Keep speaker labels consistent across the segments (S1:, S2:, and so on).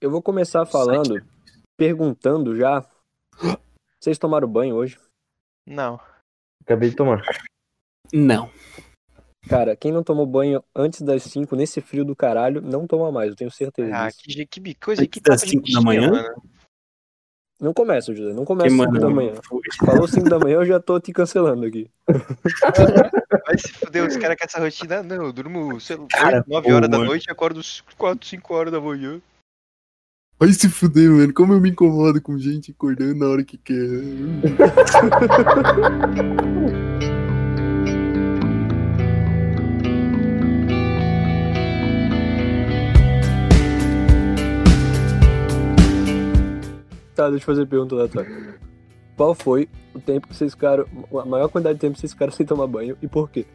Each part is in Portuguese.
S1: Eu vou começar falando, perguntando já. Vocês tomaram banho hoje?
S2: Não.
S3: Acabei de tomar.
S4: Não.
S1: Cara, quem não tomou banho antes das 5 nesse frio do caralho, não toma mais, eu tenho certeza
S2: Ah,
S1: disso.
S2: que, que coisa
S4: Antes
S2: que tá
S4: das cinco da manhã?
S1: Não começa, José, não começa
S4: Que
S1: 5
S4: mano.
S1: da manhã.
S4: foi.
S1: Falou 5 da manhã, eu já tô te cancelando aqui.
S2: Vai se fuder os caras com essa rotina. Não, eu durmo, sei lá,
S4: Cara,
S2: 9 horas da
S4: boa.
S2: noite e acordo 4, 5 horas da manhã.
S5: Vai se fuder, mano. Como eu me incomodo com gente acordando na hora que quer.
S1: Tá, deixa eu fazer pergunta da tua. Qual foi o tempo que vocês ficaram, a maior quantidade de tempo que vocês ficaram sem tomar banho e por quê?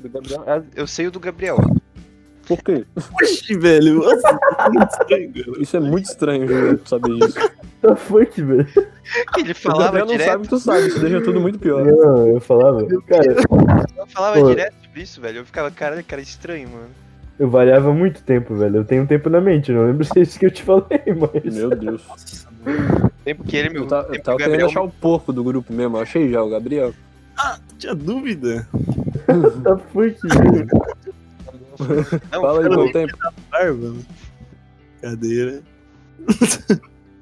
S2: Do Gabriel? é. Eu sei o do Gabriel.
S1: Por quê?
S4: Oxi, velho. Nossa, tá muito estranho, velho.
S1: Isso é muito estranho, José, tu saber isso.
S3: Tá forte, velho.
S2: É Ele
S1: O Gabriel
S2: falava
S1: não
S2: direto,
S1: sabe, tu sabe, isso deixa tudo muito pior.
S3: Não, eu falava. Cara,
S2: eu falava
S3: Pô.
S2: direto sobre isso, velho. Eu ficava, cara, cara, estranho, mano.
S3: eu variava muito tempo, velho. Eu tenho um tempo na mente, eu não lembro se é isso que eu te falei, mas.
S1: Meu Deus.
S4: Nossa, mano.
S2: Tempo que ele me
S1: Eu tava, eu
S2: tempo
S1: tava
S2: que o
S1: querendo achar
S2: Gabriel
S1: o porco do grupo mesmo, eu achei já o Gabriel.
S4: Tinha dúvida?
S3: Tá forte, velho.
S2: Não,
S1: Fala aí
S4: cara,
S1: qual
S4: eu-
S1: tempo.
S4: Barba. mano. Cadeira.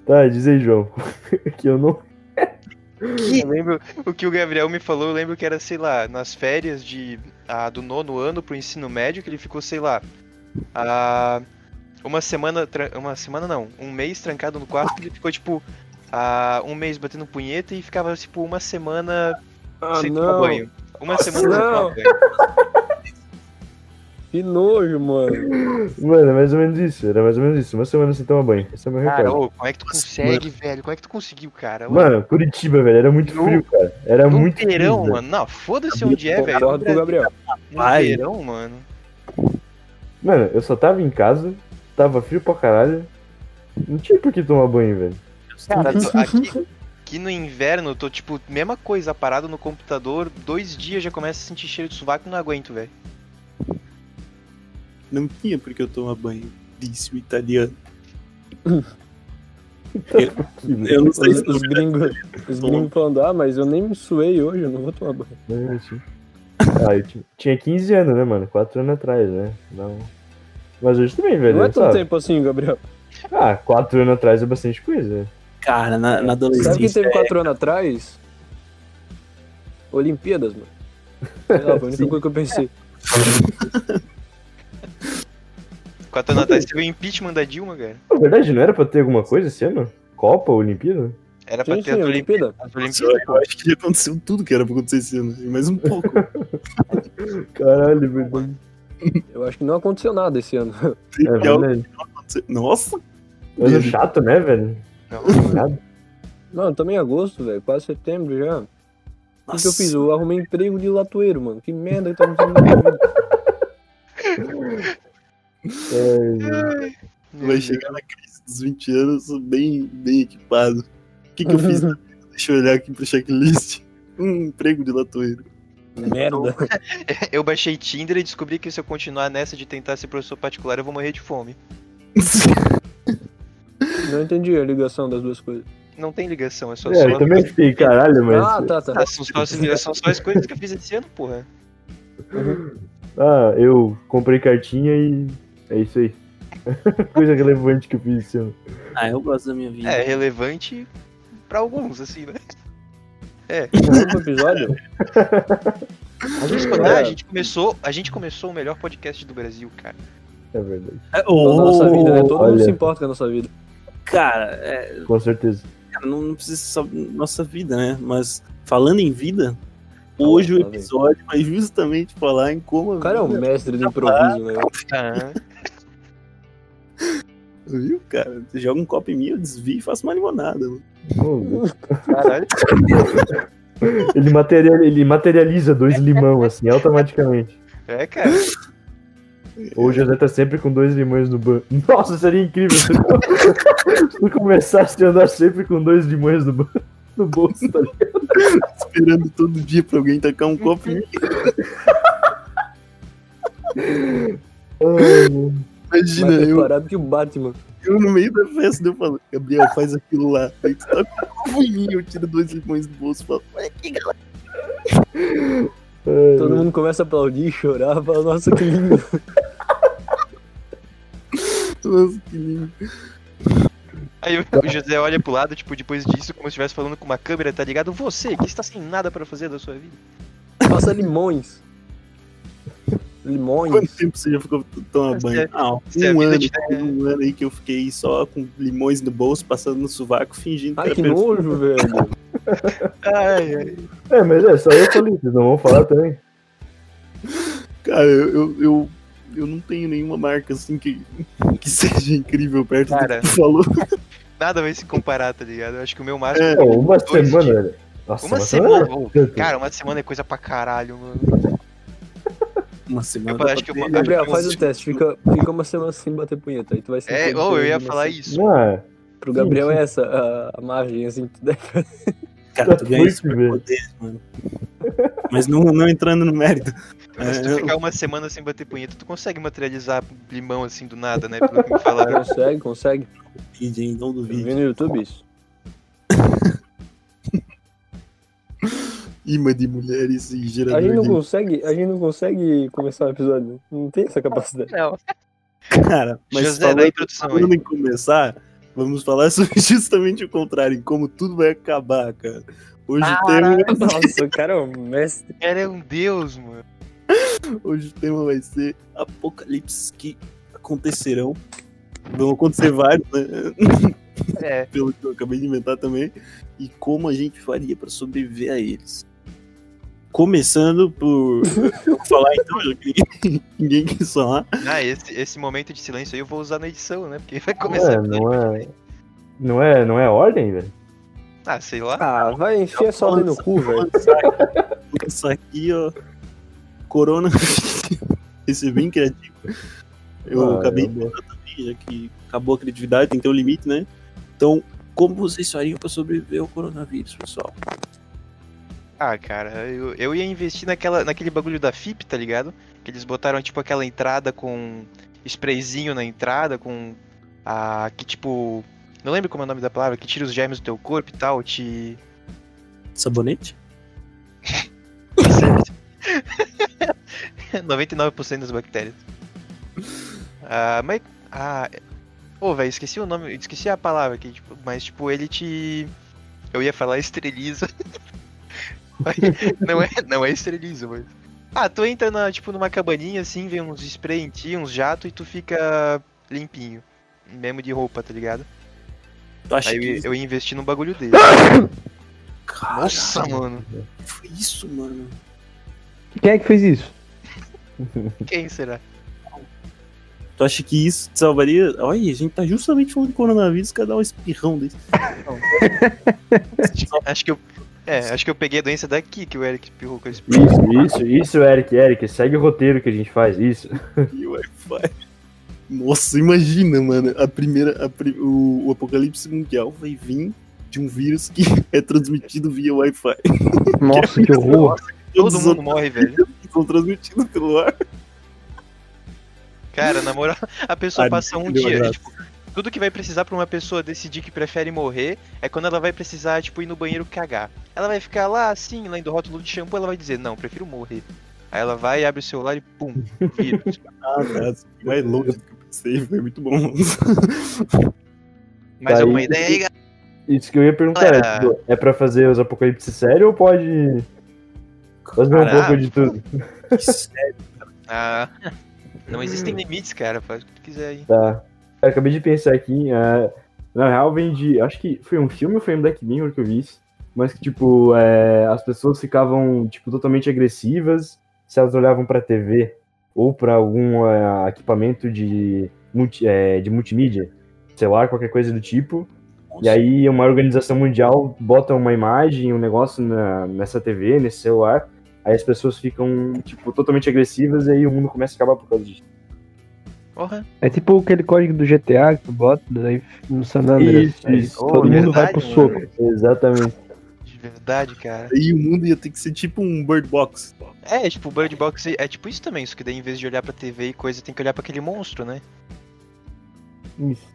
S3: Tá, diz aí, João. que eu não.
S2: eu lembro o que o Gabriel me falou, eu lembro que era, sei lá, nas férias de ah, do nono ano pro ensino médio, que ele ficou, sei lá, ah, uma semana, tra- uma semana não, um mês trancado no quarto, que ele ficou, tipo, ah, um mês batendo punheta e ficava, tipo, uma semana
S1: Ah,
S2: sem tomar
S1: não. Ah,
S2: banho. Uma semana
S1: não.
S2: sem tomar banho.
S1: Que nojo, mano.
S3: Mano, é mais ou menos isso. Era mais ou menos isso. Uma semana sem tomar banho. Esse é o meu
S2: Cara,
S3: recorde.
S2: ô, como é que tu consegue, velho? Como é que tu conseguiu, cara? Ô,
S3: Mano, Curitiba, velho, era muito
S2: No-
S3: frio, cara. Era
S2: no
S3: muito
S2: verão,
S3: frio. velho.
S2: mano. Não, foda-se onde é, velho.
S1: Concordo com o Gabriel.
S2: No
S4: Vai.
S2: verão, mano.
S3: Mano, eu só tava em casa, tava frio pra caralho. Não tinha por que tomar banho, velho.
S2: Cara,
S1: Uhum.
S2: tô- aqui, aqui no inverno, eu tô tipo, mesma coisa, parado no computador, dois dias já começo a sentir cheiro de sovaco e não aguento, velho.
S4: Não tinha porque eu tomar banho. Disse o italiano.
S3: Tá Que, velho.
S4: Eu não sei
S1: Os,
S4: se
S1: os gringos, os gringos falando, ah, mas eu nem me suei hoje, eu não vou tomar banho.
S3: Né, assim. Ah, eu ti- tinha 15 anos, né, mano? 4 anos atrás, né? Não. Mas hoje também, velho.
S1: Não é tanto
S3: sabe?
S1: tempo assim, Gabriel.
S3: Ah, 4 anos atrás é bastante coisa.
S4: Cara, na, na
S1: Sabe quem
S4: adolescência.
S1: teve quatro
S2: é.
S1: anos atrás? Olimpíadas, mano. Sei lá, foi a única
S3: Sim.
S1: coisa que eu
S2: É,
S1: pensei.
S2: Quatro anos atrás teve o impeachment da Dilma, cara.
S3: Na verdade, não era pra ter alguma coisa esse ano? Copa, Olimpíada?
S2: Era pra
S1: Sim,
S2: ter a
S1: sim,
S2: do Olimpí-
S1: Olimpíada.
S2: as
S4: Só
S2: Olimpíadas.
S4: Eu acho que aconteceu tudo que era pra acontecer esse ano. Mais um pouco.
S1: É
S3: Caralho, verdade.
S1: Eu acho que não aconteceu nada esse ano.
S3: É
S4: Legal.
S3: verdade.
S4: Nossa.
S3: Mas é chato, né, velho?
S2: Não,
S3: Nada.
S1: Não, também em agosto, velho. Quase setembro já. O que que,
S4: Nossa.
S1: eu fiz? Eu arrumei emprego de latoeiro, mano. Que merda que tá acontecendo na minha vida.
S3: É,
S2: meu
S4: Vai
S2: Deus.
S4: chegar na crise dos 20 anos bem, bem equipado. O que, que eu fiz? na vida? Deixa eu olhar aqui pro checklist. Um emprego de latoeiro.
S1: Merda.
S2: Eu baixei Tinder e descobri que se eu continuar nessa de tentar ser professor particular, eu vou morrer de fome.
S1: Não entendi a ligação das duas coisas.
S2: Não tem ligação, é só.
S3: É,
S2: só
S3: eu também fiquei, caralho, mas.
S1: Ah, tá, tá.
S2: Ah, são, só, são só as coisas que eu fiz esse ano, porra.
S3: Ah, eu comprei cartinha e. É isso aí. coisa relevante que eu fiz esse ano.
S4: Ah, eu gosto da minha vida.
S2: É relevante pra alguns, assim, né?
S1: Tá No último episódio,
S2: A gente,
S1: É.
S2: a gente começou, a gente começou o melhor podcast do Brasil, cara.
S3: É verdade.
S4: É,
S1: a nossa
S4: ô,
S1: vida, né? Todo mundo
S3: olha.
S1: se importa com a nossa vida.
S4: Cara, é,
S3: Com certeza.
S4: cara, não, não precisa ser só nossa vida, né? Mas falando em vida, hoje o
S1: tá bem.
S4: episódio vai justamente falar em como a
S1: O cara é um
S4: vida-
S1: mestre do improviso, né?
S2: Ah,
S4: Viu, cara? Você joga um copo em mim, eu desvio e faço uma limonada. mano.
S3: Ô,
S2: caralho.
S3: Ele, material, ele materializa dois limão, assim, automaticamente.
S2: É, cara.
S3: Ou o José tá sempre com dois limões no banco. Nossa, seria incrível se tu, se tu começasse a andar sempre com dois limões no, ban- no bolso, tá ligado?
S4: Esperando todo dia pra alguém tacar um copo em mim.
S3: Ai, mano.
S4: Imagina,
S1: mais
S4: eu,
S1: preparado que o Batman.
S4: eu no meio da festa, eu falo, Gabriel, faz aquilo lá. Aí tu tá com um ruim, eu tiro dois limões do bolso e falo, olha que galera.
S1: Todo mundo começa a aplaudir, chorar, fala, nossa, que lindo.
S4: Nossa, que lindo.
S2: Aí o José olha pro lado, tipo, depois disso, como se estivesse falando com uma câmera, tá ligado? Você, que está sem nada pra fazer da sua vida.
S1: Passa limões. Limões.
S4: Quanto tempo você já ficou tomando
S2: Se
S4: banho?
S2: a-
S4: Ah,
S2: se a
S4: um
S2: vida
S4: ano,
S2: te
S4: teve um ano aí que eu fiquei só com limões no bolso, passando no sovaco, fingindo
S1: Ai,
S4: era
S1: que
S4: perfume.
S1: nojo, velho.
S2: Ai, ai.
S3: É, mas é, só eu falei, vocês não vão falar também.
S4: Cara, eu, eu, eu, eu não tenho nenhuma marca assim que, que seja incrível perto
S2: Cara.
S4: do que tu falou.
S2: Nada vai se comparar, tá ligado? Eu acho que o meu máximo.
S4: É,
S3: Pô, uma
S2: Dois
S3: semana,
S2: dias.
S3: velho. Nossa,
S2: uma semana. ô,
S3: é tanto.
S2: Cara, uma semana é coisa pra caralho, mano.
S4: uma semana. né?
S2: Eu acho que eu-
S1: Gabriel, faz o teste. Fica, fica uma semana sem bater punheta. Aí tu vai sentir
S2: É,
S1: a
S2: ou eu ia
S1: diferença.
S2: falar isso.
S3: Não, é.
S1: Pro Gabriel é essa a, a margem, assim. tu deve-
S4: Cara, tu ganha
S3: Muito
S4: superpoder, mano. Mas não, não entrando no mérito.
S2: Mas se
S4: É,
S2: tu
S4: eu-
S2: ficar uma semana sem bater punheta, tu consegue materializar limão assim do nada, né? Pelo que me falaram.
S1: Consegue, consegue.
S4: Vídeo, hein? Não
S1: Eu vi
S4: duvide.
S1: no YouTube isso.
S4: Imã de mulheres e
S3: Tá
S1: A gente
S4: gerador
S1: não
S4: de...
S1: consegue, a gente não consegue começar um episódio. Não tem essa capacidade.
S2: Não.
S4: Cara, mas
S2: José,
S4: falando,
S2: dá a introdução aí.
S4: falando em começar, vamos falar sobre justamente o contrário, em como tudo vai acabar, cara. Hoje, o tema,
S1: Nossa, o cara é um mestre.
S2: Cara, é um deus, mano.
S4: hoje o tema vai ser apocalipses que acontecerão. Vão acontecer vários, né?
S2: É.
S4: pelo que eu acabei de inventar também, e como a gente faria pra sobreviver a eles. Começando por. Eu vou falar então, já que ninguém- ninguém quis falar.
S2: Ah, esse, esse momento de silêncio aí eu vou usar na edição, né? Porque vai
S3: Não
S2: começar.
S3: é, não é. Não é, não é ordem, velho.
S2: Ah, sei lá.
S1: Ah, vai encher essa ordem no cu, velho.
S4: Isso aqui, ó. Corona. Esse é bem criativo. Eu
S3: Ah,
S4: acabei
S3: é
S4: de
S3: uma
S4: falar também, já que acabou a criatividade, tem que ter um limite, né? Então, como vocês fariam pra sobreviver ao coronavírus, pessoal?
S2: Ah, cara, eu, eu ia investir naquela, naquele bagulho da FIP, tá ligado? Que eles botaram tipo aquela entrada com sprayzinho na entrada, com a. que tipo. Não lembro como é o nome da palavra, que tira os germes do teu corpo e tal, te.
S4: Sabonete?
S2: 99% das bactérias. Ah, mas. Ah. é- Pô, velho, esqueci o nome, esqueci a palavra aqui, tipo, mas tipo, ele te. Eu ia falar esteriliza. Mas não, é, não é esteriliza, mas. Ah, tu entra na, tipo, numa cabaninha assim, vem uns spray em ti, uns jato e tu fica limpinho. Mesmo de roupa, tá ligado?
S4: Tu acha
S2: Aí eu,
S4: que.
S2: ia- eu ia investir num bagulho dele.
S4: Cara,
S2: Nossa, mano.
S4: que foi isso, mano?
S3: Quem é que fez isso?
S2: Quem será?
S4: Tu acha que isso te salvaria? Olha, a gente tá justamente falando de coronavírus, o cara dá um espirrão desse.
S2: Acho que eu. É, acho que eu peguei a doença daqui que o Eric pirrou com esse
S3: Isso, isso, isso, Eric, Eric, segue o roteiro que a gente faz, isso.
S4: E o Wi-Fi.
S6: Nossa, imagina, mano. A primeira. a pri- o, o apocalipse mundial vai vir de um vírus que é transmitido via Wi-Fi.
S3: Nossa, que horror.
S4: Todos
S2: Todo
S4: os
S2: mundo morre, velho.
S4: outros são transmitidos pelo ar.
S2: Cara, na moral, a pessoa
S4: Ah,
S2: passa um
S4: entendeu a
S2: dia.
S4: graça.
S2: Tipo, tudo que vai precisar pra uma pessoa decidir que prefere morrer é quando ela vai precisar, tipo, ir no banheiro cagar. Ela vai ficar lá assim, lendo o rótulo de shampoo, ela vai dizer, não, prefiro morrer. Aí ela vai, abre o celular e pum, vírus.
S4: Ah, tá. Mais longe do que eu pensei, foi muito bom.
S2: Mais
S3: Daí-
S2: alguma é ideia aí, galera?
S3: Isso que eu ia perguntar, é, tipo, é pra fazer os apocalipse sério ou pode fazer um
S2: Caraca.
S3: pouco de tudo?
S2: Ah, não existem limites, cara, faz o que tu quiser aí.
S7: É.
S3: Tá. Eu acabei de pensar aqui, é, na real vem de, acho que foi um filme ou foi um Black Mirror que eu vi, isso, mas que tipo, é, as pessoas ficavam tipo totalmente agressivas se elas olhavam pra TV ou pra algum é, equipamento de, multi- é, de multimídia, celular, qualquer coisa do tipo, E aí uma organização mundial bota uma imagem, um negócio na- nessa TV, nesse celular, aí as pessoas ficam, tipo, totalmente agressivas e aí o mundo começa a acabar por causa disso.
S2: Porra.
S8: É tipo aquele código do GTA que tu bota, daí no San
S1: né?
S8: Andreas.
S3: Isso,
S8: Aí
S3: isso.
S8: Todo
S3: Oh,
S8: mundo vai
S2: verdade,
S8: pro
S2: mano.
S8: soco.
S3: Exatamente.
S2: De verdade, cara.
S4: Aí o mundo ia ter que ser tipo um Bird Box.
S2: É, tipo, o Bird Box é tipo isso também, só que daí em vez de olhar pra TV e coisa, tem que olhar pra aquele monstro, né?
S3: Isso.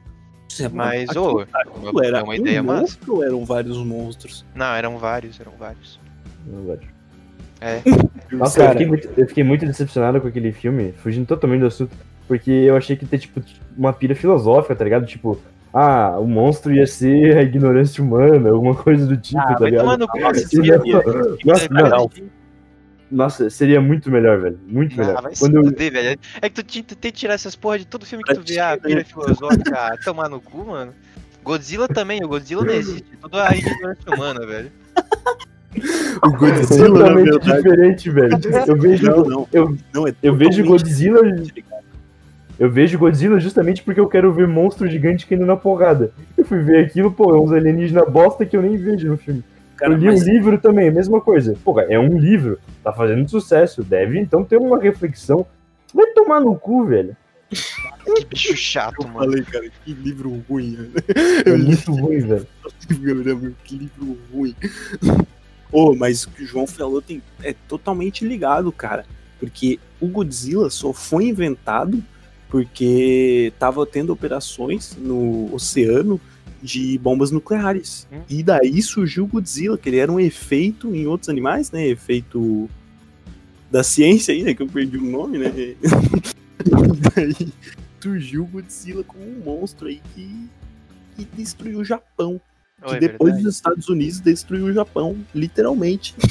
S2: Mas, ô,
S7: aquilo era
S2: é uma ideia
S7: um
S2: massa.
S7: monstro ou eram vários monstros?
S2: Não, eram vários, eram vários.
S3: Não, velho.
S2: É.
S3: Nossa, eu,
S1: Cara.
S3: fiquei muito, eu fiquei muito decepcionado com aquele filme, fugindo totalmente do assunto, porque eu achei que ia ter, tipo, uma pira filosófica, tá ligado? Tipo, ah, o monstro ia ser a ignorância humana, alguma coisa do tipo, tá
S2: Ah, Vai
S3: ligado?
S2: tomar no cu,
S3: Nossa,
S2: esse filme.
S3: Nossa,
S2: Cara,
S3: não. Nossa, seria muito melhor, velho. Muito melhor.
S2: Ah, vai se
S3: Quando eu-
S2: fuder, velho. É que tu tinha- tu tem que tirar essas porra de todo filme que tu vê a pira filosófica a tomar no cu, mano. Godzilla também, o Godzilla não existe. é Tudo a ignorância humana, velho.
S4: O Godzilla, na
S3: totalmente
S4: verdade.
S3: diferente, velho. Eu vejo,
S7: Não, não.
S3: eu,
S7: Não, é
S3: eu
S7: totalmente
S3: vejo
S7: tá
S3: Godzilla. Eu vejo Godzilla justamente porque eu quero ver monstro gigante caindo na porrada. Eu fui ver aquilo, pô, é uns alienígena bosta que eu nem vejo no filme.
S7: Cara,
S3: eu li
S7: mas-
S3: o livro também, a mesma coisa. Pô, é um livro, tá fazendo sucesso, deve então ter uma reflexão. Vai tomar no cu, velho.
S2: Que bicho chato,
S4: Eu
S2: mano.
S4: falei, cara, que livro ruim. né?
S3: É
S4: Eu li
S3: muito ruim, velho.
S4: o Gabriel, meu, que livro ruim.
S7: Ô, mas o que o João falou tem, é totalmente ligado, cara. Porque o Godzilla só foi inventado porque tava tendo operações no oceano de bombas nucleares.
S2: Hum.
S7: E daí surgiu o Godzilla, que ele era um efeito em outros animais, né? Efeito da ciência aí, né? Que eu perdi o nome, né? E daí surgiu o Godzilla como um monstro aí que, que destruiu o Japão
S2: Ô,
S7: que
S2: é
S7: depois
S2: verdade.
S7: dos Estados Unidos destruiu o Japão, literalmente.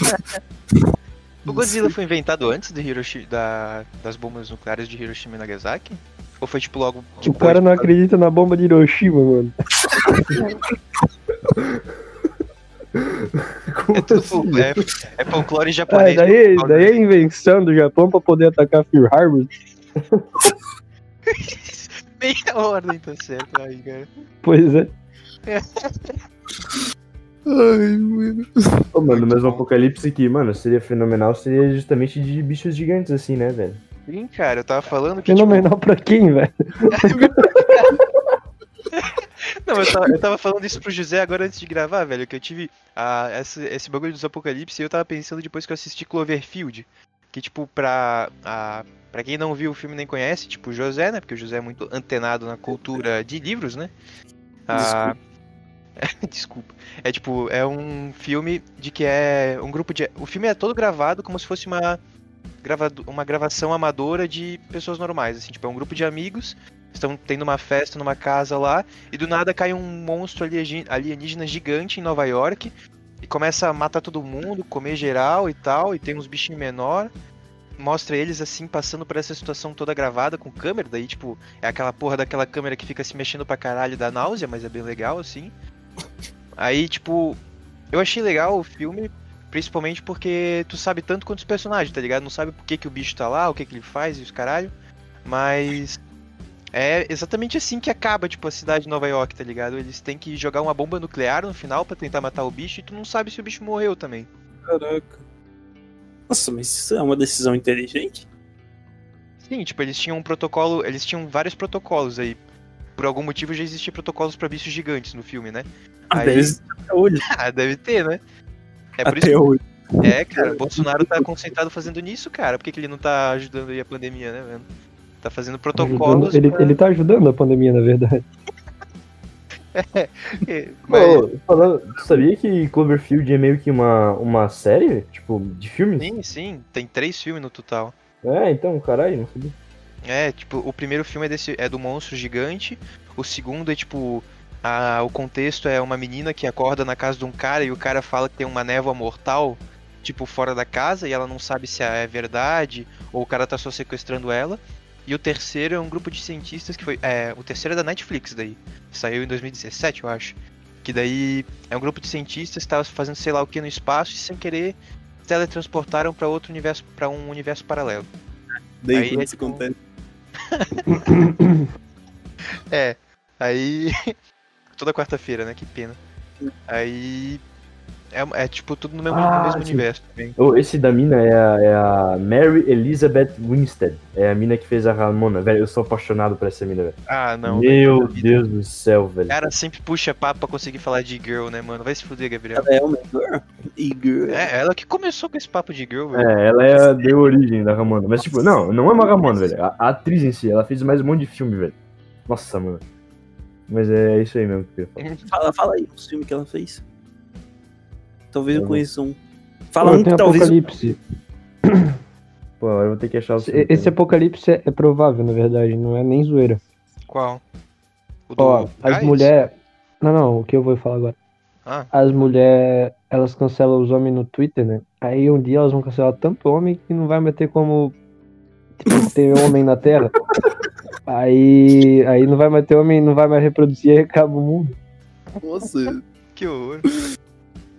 S2: O Godzilla foi inventado antes do Hiroshi- da- das bombas nucleares de Hiroshima e Nagasaki? Ou foi tipo logo.
S1: O
S2: depois?
S1: cara não acredita na bomba de Hiroshima, mano.
S3: Como
S2: É, tudo
S3: assim?
S2: fol- é, é folclore
S1: Ah,
S2: japonês.
S1: daí, daí é invenção do Japão pra poder atacar Fear Harbor.
S2: Meia ordem, tá certo aí, cara.
S1: Pois é.
S4: Ai, mano.
S3: Ô, mano,
S2: Muito
S3: mas o
S2: bom.
S3: apocalipse que, mano, seria fenomenal, seria justamente de bichos gigantes, assim, né, velho?
S2: Sim, cara, eu tava falando que. Tipo,
S1: Fenomenal pra quem, velho?
S2: não, eu tava, eu tava falando isso pro José agora antes de gravar, velho. Que eu tive ah, esse, esse bagulho dos apocalipse e eu tava pensando depois que eu assisti Cloverfield. Que, tipo, pra. ah, pra quem não viu o filme nem conhece, tipo, o José, né? Porque o José é muito antenado na cultura de livros, né? Ah, Desculpa. É tipo, é um filme de que é um grupo de. O filme é todo gravado como se fosse uma, gravado... uma gravação amadora de pessoas normais. Assim, tipo, é um grupo de amigos. Estão tendo uma festa numa casa lá. E do nada cai um monstro aliegi- alienígena gigante em Nova York. E começa a matar todo mundo, comer geral e tal. E tem uns bichinhos menor. Mostra eles assim, passando por essa situação toda gravada com câmera. Daí, tipo, é aquela porra daquela câmera que fica se mexendo pra caralho e dá náusea, mas é bem legal, assim. Aí, tipo, eu achei legal o filme, principalmente porque tu sabe tanto quanto os personagens, tá ligado? Não sabe por que, que o bicho tá lá, o que, que ele faz e os caralho. Mas é exatamente assim que acaba, tipo, a cidade de Nova York, tá ligado? Eles têm que jogar uma bomba nuclear no final pra tentar matar o bicho e tu não sabe se o bicho morreu também.
S7: Caraca. Nossa, mas isso é uma decisão inteligente?
S2: Sim, tipo, eles tinham um protocolo, eles tinham vários protocolos aí. Por algum motivo já existiam protocolos pra bichos gigantes no filme, né?
S7: Ah,
S2: Aí-
S7: deve ser até hoje.
S2: Ah, deve ter, né? É por isso
S7: até hoje.
S2: É, cara, o Bolsonaro tá concentrado fazendo nisso, cara. Por que, que ele não tá ajudando aí a pandemia, né, velho? Tá fazendo protocolos.
S1: Ele,
S2: pra-
S1: ele tá ajudando a pandemia, na verdade.
S2: É, mas-
S3: Ô, falando, tu sabia que Cloverfield é meio que uma, uma série, tipo, de filmes?
S2: Sim, sim, tem três filmes no total.
S3: É, então, caralho, não sabia.
S2: É, tipo, o primeiro filme é, desse, é do monstro gigante. O segundo é, tipo, a, o contexto é uma menina que acorda na casa de um cara e o cara fala que tem uma névoa mortal, tipo, fora da casa e ela não sabe se é verdade ou o cara tá só sequestrando ela. E o terceiro é um grupo de cientistas que foi. É, o terceiro é da Netflix daí. Saiu em 2017, eu acho. Que daí é um grupo de cientistas que tava fazendo sei lá o que no espaço e sem querer teletransportaram pra outro universo, para um universo paralelo.
S7: Daí
S2: Aí
S7: quando
S2: é
S7: isso
S2: tipo-
S7: acontece.
S2: É, aí. Toda quarta-feira, né? Que pena. Aí. É, é, tipo tudo no mesmo, no
S3: Ah,
S2: mesmo
S3: sim.
S2: universo também.
S3: Ô, esse da mina é a, é a Mary Elizabeth Winstead. É a mina que fez a Ramona, velho. Eu sou apaixonado por essa mina, velho.
S2: Ah, não.
S3: Meu
S2: velho, vida.
S3: Deus do céu, velho.
S2: O cara sempre puxa papo pra conseguir falar de girl, né, mano? Vai se fuder, Gabriel.
S7: Ela é uma girl. E girl.
S2: É, ela que começou com esse papo de girl, velho.
S3: É, ela é a, deu origem da Ramona. Mas, tipo, não, não é uma Ramona, velho. A, a atriz em si, ela fez mais um monte de filme, velho. Nossa, mano. Mas é isso aí mesmo que eu ia falar.
S7: Fala, fala aí os filmes que ela fez. Talvez eu
S3: Eu-
S7: conheça um. Fala
S1: Pô,
S7: um
S1: tem
S4: então,
S7: que talvez.
S1: Apocalipse.
S3: Pô, agora eu vou ter que achar o
S1: Esse, esse Apocalipse é, é provável, na verdade, não é nem zoeira.
S2: Qual? O
S1: Ó, as
S2: Gás?
S1: mulheres. Não, não, o que eu vou falar agora.
S2: Ah.
S1: As mulheres, elas cancelam os homens no Twitter, né? Aí um dia elas vão cancelar tanto homem que não vai mais ter como tipo, ter homem na Terra. Aí, aí não vai mais ter homem, não vai mais reproduzir e acaba o mundo.
S4: Nossa,
S2: Que horror.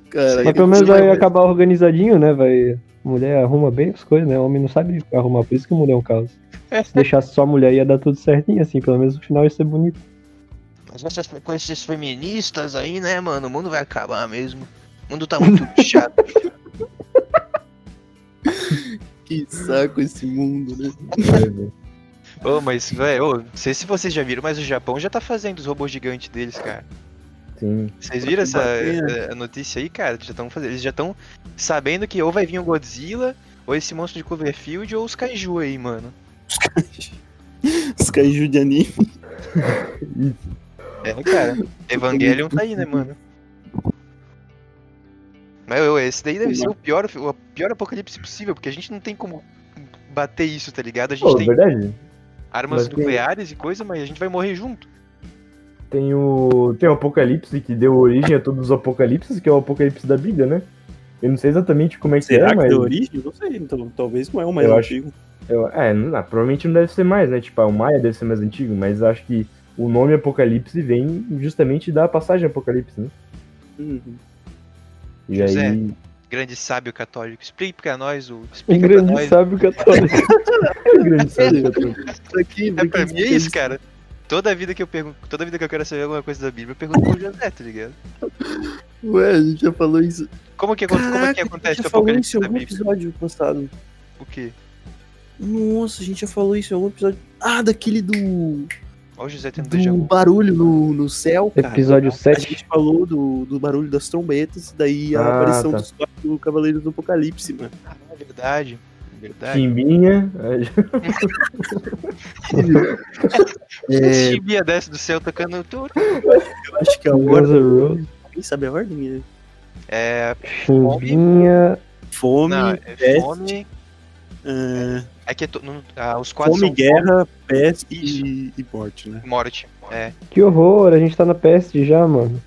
S4: cara.
S1: Mas pelo menos vai acabar organizadinho, né? Vai, mulher arruma bem as coisas, né? Homem não sabe arrumar, por isso que mulher é um caos. Se deixasse só mulher ia dar tudo certinho, assim, pelo menos no final ia ser bonito.
S2: Mas essas, com esses feministas aí, né, mano? O mundo vai acabar mesmo. O mundo tá muito chato.
S4: Que saco esse mundo, né?
S2: Ô, mas, velho, ô, não sei se vocês já viram, mas o Japão já tá fazendo os robôs gigantes deles, cara.
S3: Sim.
S2: Vocês viram essa
S7: Bacana.
S3: né?
S2: essa notícia aí, cara? Já tão fazendo, eles já estão sabendo que ou vai vir o Godzilla, ou esse monstro de Cloverfield, ou os Kaiju aí, mano.
S4: Os kaiju de anime.
S2: É, cara. Evangelion tá aí, né, mano? Mas ô, esse daí deve ser o pior, o pior apocalipse possível, porque a gente não tem como bater isso, tá ligado? A gente
S3: Pô,
S2: tem
S3: verdade.
S2: armas
S3: mas tem-
S2: nucleares e coisa, mas a gente vai morrer junto.
S3: Tem o, tem o Apocalipse que deu origem a todos os apocalipses, que é o Apocalipse da Bíblia, né? Eu não sei exatamente como é que
S7: Será
S3: é,
S7: que
S3: mas.
S7: deu origem? Não sei, então, talvez não é o mais
S3: Eu acho-
S7: antigo.
S3: eu- é, não, não, provavelmente não deve ser mais, né? Tipo, ah, o Maia deve ser mais antigo, mas acho que o nome Apocalipse vem justamente da passagem Apocalipse, né?
S7: Uhum.
S3: E
S2: José.
S3: aí.
S2: Grande sábio católico, explica pra nós o.
S1: Um
S2: Explica pra
S1: grande
S2: nós.
S1: sábio católico.
S3: Que grande sabe,
S4: Aqui,
S2: É, pra mim é isso, cara. Toda vida que eu pergunto, toda vida que eu quero saber alguma coisa da Bíblia, eu pergunto pro José, tá ligado?
S4: Ué, a gente já falou isso.
S2: Como que, aconte- como é que
S7: Caraca, a
S2: acontece
S7: gente
S2: o
S7: já falou
S2: apocalipse
S7: isso em
S2: da
S7: algum
S2: Bíblia?
S7: episódio passado.
S2: O quê?
S7: Nossa, a gente já falou isso em algum episódio.
S4: Ah, daquele do,
S2: Olha o José tendo déjà
S4: do
S2: vu.
S4: barulho no, no céu, cara.
S1: Episódio
S7: A
S1: 7.
S7: gente falou do, do barulho das trombetas, daí a
S3: Ah,
S7: aparição
S3: tá.
S7: dos quatro cavaleiros do Apocalipse, mano.
S2: Ah, verdade. Verdade.
S3: Chimbinha. aí-
S2: É... Chibia desce do céu tocando tudo.
S7: Eu acho que
S1: Guns
S7: agora
S1: N' Roses,
S7: quem sabe a ordem né?
S2: É.
S1: Chimbinha.
S7: Fome,
S2: Não, é
S7: peste,
S2: fome.
S7: ah,
S2: É que é to- não- ah, os quatro
S7: fome
S2: são
S7: guerra, peste
S2: Isso.
S7: e, e morte, né?
S2: fome e morte. É.
S1: Que horror, a gente tá na peste já, mano.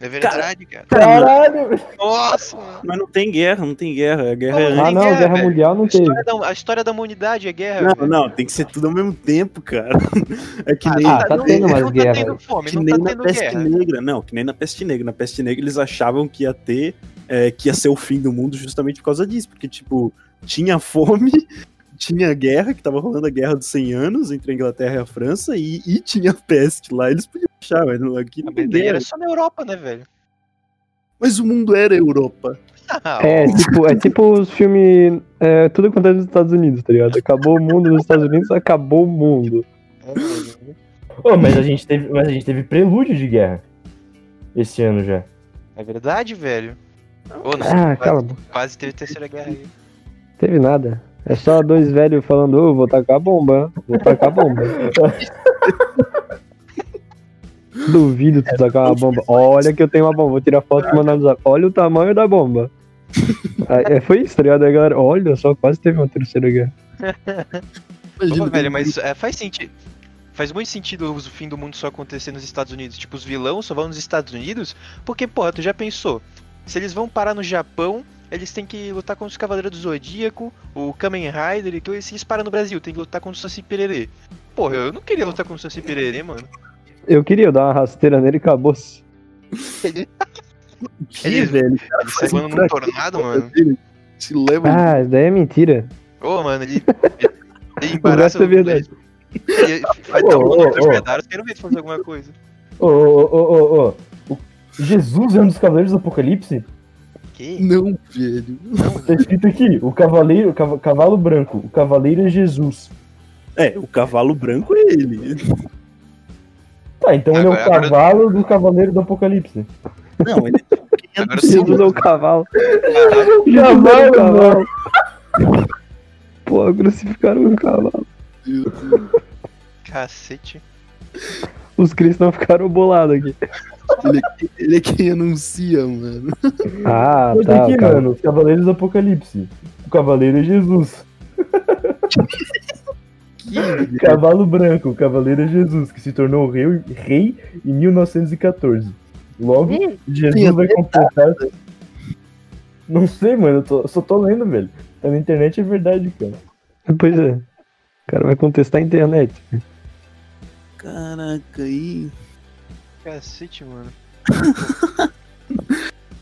S2: É verdade, cara.
S3: Caralho!
S2: Nossa, mano.
S7: Mas não tem guerra, não tem guerra. A guerra é
S2: Não,
S1: Ah,
S7: antes.
S1: não,
S2: guerra,
S1: Guerra
S2: velho.
S1: Mundial
S2: A
S1: não teve.
S2: história, da, a história da humanidade é guerra.
S7: Não,
S2: velho.
S7: não, tem que ser tudo ao mesmo tempo, cara. É que nem,
S1: Ah, tá tendo umas
S2: não
S1: guerras.
S2: Tá tendo fome,
S7: que
S2: não
S7: nem
S2: tá
S7: na
S2: tendo
S7: peste
S2: guerra.
S7: negra. Não, que nem na peste negra. Na peste negra eles achavam que ia ter, é, que ia ser o fim do mundo justamente por causa disso. Porque, tipo, tinha fome, tinha guerra, que tava rolando a guerra dos 100 anos entre a Inglaterra e a França, e, e tinha peste lá. Eles podiam achar, mas não- aqui não
S2: Mas
S7: tem
S2: daí
S7: guerra.
S2: era só na Europa, né, velho?
S4: Mas o mundo era Europa.
S2: Ah,
S1: É, tipo, é tipo os filmes. É, tudo acontece nos Estados Unidos, tá ligado? Acabou o mundo nos Estados Unidos, acabou o mundo.
S2: É
S3: Ô, mas a gente teve. Mas a gente teve prelúdio de guerra. Esse ano já.
S2: É verdade, velho. Ô, não,
S1: Ah,
S2: quase,
S1: cala a boca.
S2: quase teve terceira guerra aí.
S1: Teve nada. É só dois velhos falando, ô, vou tacar a bomba, hein? vou tacar a bomba. Duvido
S3: É
S1: tu tacar uma bomba. Olha que eu tenho uma bomba, vou tirar foto e mandar no zap. Olha o tamanho da bomba. Aí, é, foi isso, tá ligado? Aí, galera, olha só, quase teve uma terceira guerra.
S4: Imagina.
S2: Pô, velho, mas é, faz sentido. Faz muito sentido o fim do mundo só acontecer nos Estados Unidos. Tipo, os vilões só vão nos Estados Unidos, porque, porra, tu já pensou? Se eles vão parar no Japão, eles têm que lutar contra os Cavaleiros do Zodíaco, o Kamen Rider e tudo, e se eles param no Brasil, tem que lutar contra o Saci Pererê. Porra, eu não queria lutar contra o Saci Pererê, mano.
S1: Eu queria dar uma rasteira nele e acabou-se.
S2: Ele-
S7: Que, velho?
S2: Ele saiu num tornado, mano.
S4: Te leva
S1: Ah, isso daí é mentira.
S2: Ô, mano, ele. ele- Ele embaraça.
S1: resto é verdade.
S2: Ele vai dar
S3: Ô,
S2: um
S3: ô,
S2: contra os
S3: ô.
S2: pedaços, quero ver ele fazer alguma coisa.
S3: Ô, ô, ô, ô, ô, ô. O- Jesus é um dos cavaleiros do Apocalipse?
S2: Que?
S4: Não, velho.
S3: Tá escrito aqui, o cavaleiro, o cava- cavalo branco, o cavaleiro é Jesus.
S7: É, o cavalo branco é ele.
S3: Tá, então ele é o
S2: Agora- agora-
S3: cavalo do cavaleiro do Apocalipse.
S7: Não, ele é
S2: Agora
S7: do
S2: sim.
S1: Jesus é o cavalo. Jamais,
S4: é
S3: Não, não.
S1: cavalo. Pô, crucificaram um cavalo.
S2: Cacete.
S1: Os cristãos ficaram bolados aqui.
S4: Ele é quem anuncia, mano.
S1: Ah,
S3: Mas
S1: tá.
S3: aqui,
S1: o cara-
S3: mano, os Cavaleiros do Apocalipse. O Cavaleiro é Jesus. Cavalo Branco, o Cavaleiro é Jesus, que se tornou rei, rei em 1914. Logo, Jesus vai completar. Não sei, mano, eu tô- só tô lendo, velho. Tá na internet, é verdade, cara.
S1: Pois é. O cara vai contestar a internet.
S4: é. Caraca, aí,
S2: Cacete, mano.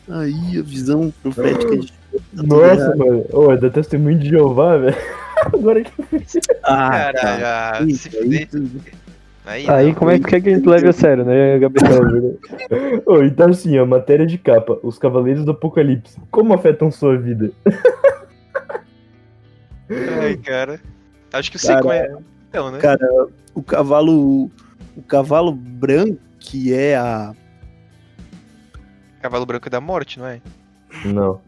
S4: aí a visão profética de.
S3: Nossa, mano. Ô, é da testemunho de Jeová, velho. Agora que.
S4: Ah,
S2: Caralho,
S4: cara.
S2: ah,
S4: Isso,
S2: se fuder.
S4: isso.
S2: Aí,
S1: Aí,
S2: não.
S1: como é que quer que a gente leve a sério, né, Gabriel?
S3: Ô, então assim, a matéria de capa, os Cavaleiros do Apocalipse, como afetam sua vida?
S2: Ai, cara. Acho que eu sei
S4: Cara,
S2: como é. Então, né?
S4: cara, o cavalo. O cavalo branco, que é a.
S2: Cavalo Branco da Morte, não é?
S3: Não.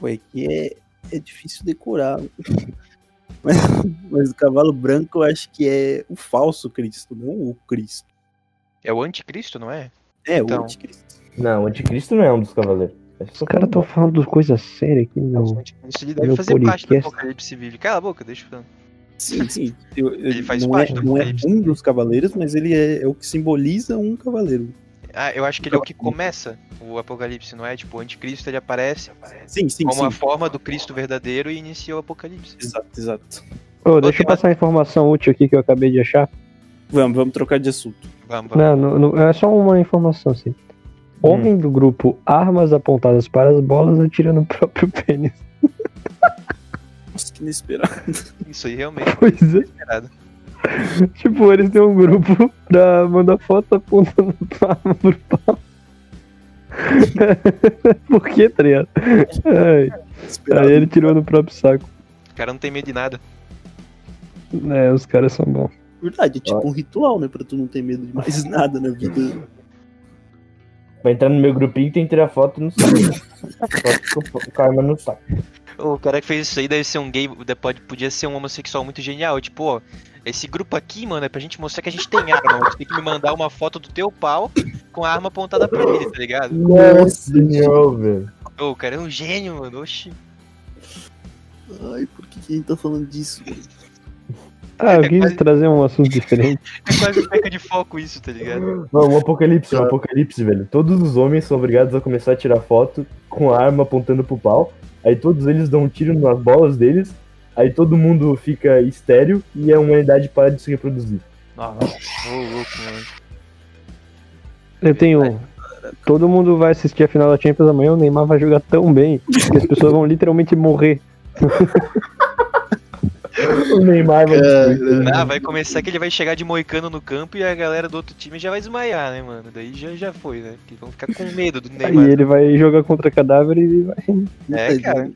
S4: Pô, é que é, é difícil decorar. Mas, mas o cavalo branco eu acho que é o falso Cristo, não o Cristo.
S2: É o anticristo, não é?
S4: É,
S2: Então.
S4: o anticristo.
S3: Não, o anticristo não é um dos cavaleiros.
S1: Os caras estão falando de coisa séria aqui, meu.
S2: O anticristo ele
S1: É
S2: deve
S1: no
S2: fazer parte do
S1: podcast.
S2: apocalipse bíblico. Cala a boca, deixa eu falar.
S4: Sim, sim. Eu- eu-
S2: Ele faz
S4: não
S2: parte
S4: é,
S2: do
S4: não é
S2: Apocalipse.
S4: um dos cavaleiros, mas ele é, é o que simboliza um cavaleiro.
S2: Ah, eu acho que ele é o que começa o apocalipse, não é? Tipo, o anticristo ele aparece
S4: Sim, sim,
S2: É. como a
S4: sim.
S2: forma do Cristo verdadeiro e inicia o apocalipse.
S4: Exato, exato.
S1: Ô, deixa eu passar uma informação útil aqui que eu acabei de achar.
S4: Vamos, vamos trocar de assunto.
S2: Vamos, vamos.
S1: Não, não, não, é só uma informação, assim. Homem do grupo Armas Apontadas para as Bolas atira no próprio pênis.
S4: Nossa, que inesperado.
S2: Isso aí realmente
S1: Pois é.
S2: Inesperado.
S1: Tipo, eles têm um grupo pra mandar foto apontando pra arma pro pau. Por que, tá ligado? Ai,
S4: inesperado.
S1: Aí ele tirou no próprio saco.
S2: O cara não tem medo de nada.
S1: É, os caras são bons.
S4: Verdade, é tipo um ritual, né? Pra tu não ter medo de mais nada na vida.
S3: Vai entrar no meu grupinho e tem que tirar foto no saco. Foto com- com a arma no saco.
S2: O cara que fez isso aí deve ser um gay, de- pode, podia ser um homossexual muito genial. Tipo, ó, esse grupo aqui, mano, é pra gente mostrar que a gente tem arma. Você tem que me mandar uma foto do teu pau com a arma apontada pra ele, tá ligado?
S3: Nossa senhora, velho.
S2: Ô, o cara é um gênio, mano. Oxi.
S4: Ai, por que que a gente tá falando disso?
S1: Ah, eu quis
S2: quase-
S1: trazer um assunto diferente.
S2: É quase perca de foco isso, tá ligado?
S3: Mano, o apocalipse, o apocalipse, velho. Todos os homens são obrigados a começar a tirar foto com a arma apontando pro pau. Aí todos eles dão um tiro nas bolas deles. Aí todo mundo fica estéreo e a humanidade para de se reproduzir.
S2: Nossa, ô louco, mano.
S1: Eu tenho. Todo mundo vai assistir a final da Champions amanhã. O Neymar vai jogar tão bem que as pessoas vão literalmente morrer.
S3: O Neymar vai
S2: Ah, vai começar que ele vai chegar de moicano no campo e a galera do outro time já vai desmaiar, né, mano? Daí já, já foi, né? Porque vão ficar com medo do
S1: Aí
S2: É, Neymar.
S1: ele vai jogar contra cadáver e vai.
S2: É, cara.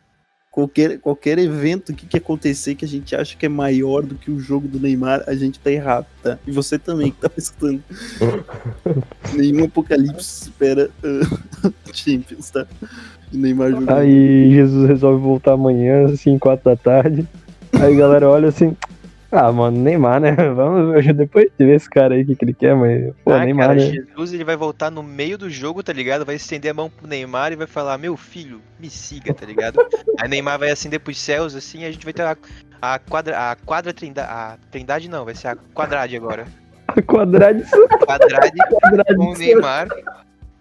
S4: Qualquer, qualquer evento que, que acontecer que a gente acha que é maior do que o jogo do Neymar, a gente tá errado, tá? E você também que tá escutando. Nenhum apocalipse supera ah, Champions, tá? E Neymar jogando.
S1: Aí Jesus resolve voltar amanhã, assim, 4 da tarde. Aí a galera olha assim. Ah, mano, Neymar, né? Vamos, eu- depois de ver esse cara aí, o que, que ele quer, mas. Pô,
S2: ah,
S1: Neymar,
S2: cara,
S1: né?
S2: Jesus ele vai voltar no meio do jogo, tá ligado? Vai estender a mão pro Neymar e vai falar, meu filho, me siga, tá ligado? Aí Neymar vai acender pros céus, assim, e a gente vai ter a, a quadra. A quadra trindade. A trindade não, vai ser a quadrade agora.
S1: Quadrado
S2: Quadrade com o Neymar.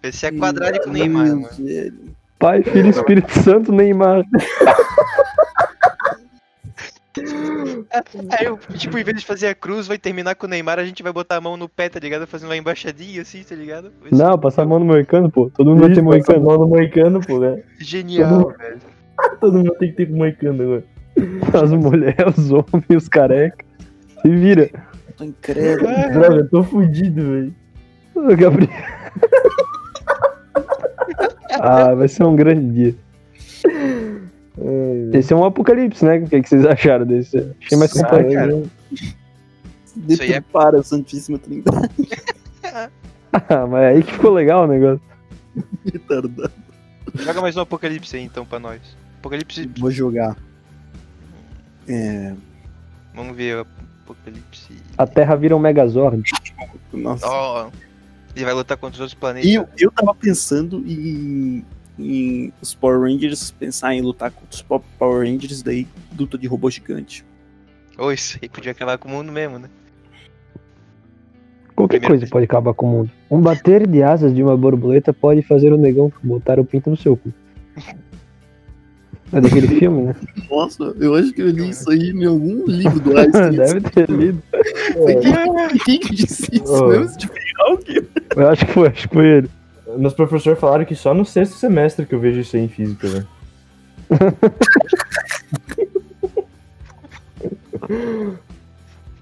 S2: Vai ser a quadrade É com o Neymar, mano.
S4: velho.
S1: Pai,
S2: Tá
S1: Filho, Espírito Santo, Neymar.
S2: Aí, eu, tipo, em vez de fazer a cruz, vai terminar com o Neymar, a gente vai botar a mão no pé, tá ligado? Fazendo uma embaixadinha assim, tá ligado? Vai ser
S1: Não, passar a mão no moicano, pô. Todo mundo vai ter moicano.
S3: Mão no moicano, pô, né?
S2: Genial, velho.
S3: Todo mundo tem que ter moicano agora.
S1: As mulheres, os homens, os carecas. Se vira.
S4: Tô incrédulo.
S3: Droga, eu tô fudido, velho.
S1: Ô, Gabriel. ah, vai ser um grande dia. Esse é um apocalipse, né? O que, que vocês acharam desse? Achei mais
S4: Ah,
S1: complexo.
S4: cara.
S2: Isso aí é-
S4: Para a Santíssima Trindade,
S1: Ah, mas aí que ficou legal o negócio.
S4: retardado.
S2: Joga mais um apocalipse aí então pra nós. Apocalipse,
S4: Vou jogar. É,
S2: vamos ver. Apocalipse.
S1: A Terra vira um Megazord.
S4: Nossa.
S2: Ó, ele vai lutar contra os outros planetas.
S4: E eu, eu tava pensando em, em os Power Rangers, pensar em lutar contra os po- Power Rangers, daí luta de robô gigante.
S2: Ou isso aí podia acabar com o mundo mesmo, né?
S1: Qualquer
S2: Primeiro-
S1: coisa pode acabar com o mundo. Um bater de asas de uma borboleta pode fazer o negão botar o pinto no seu cu. É daquele filme, né?
S4: Nossa, eu acho que eu li isso aí em algum livro do Einstein.
S1: Deve ter lido.
S4: Quem, quem que disse isso
S3: Oh.
S4: mesmo? Tipo, alguém.
S1: Eu acho que foi, acho que foi ele.
S3: Meus professores falaram que só no sexto semestre que eu vejo isso aí em física, velho.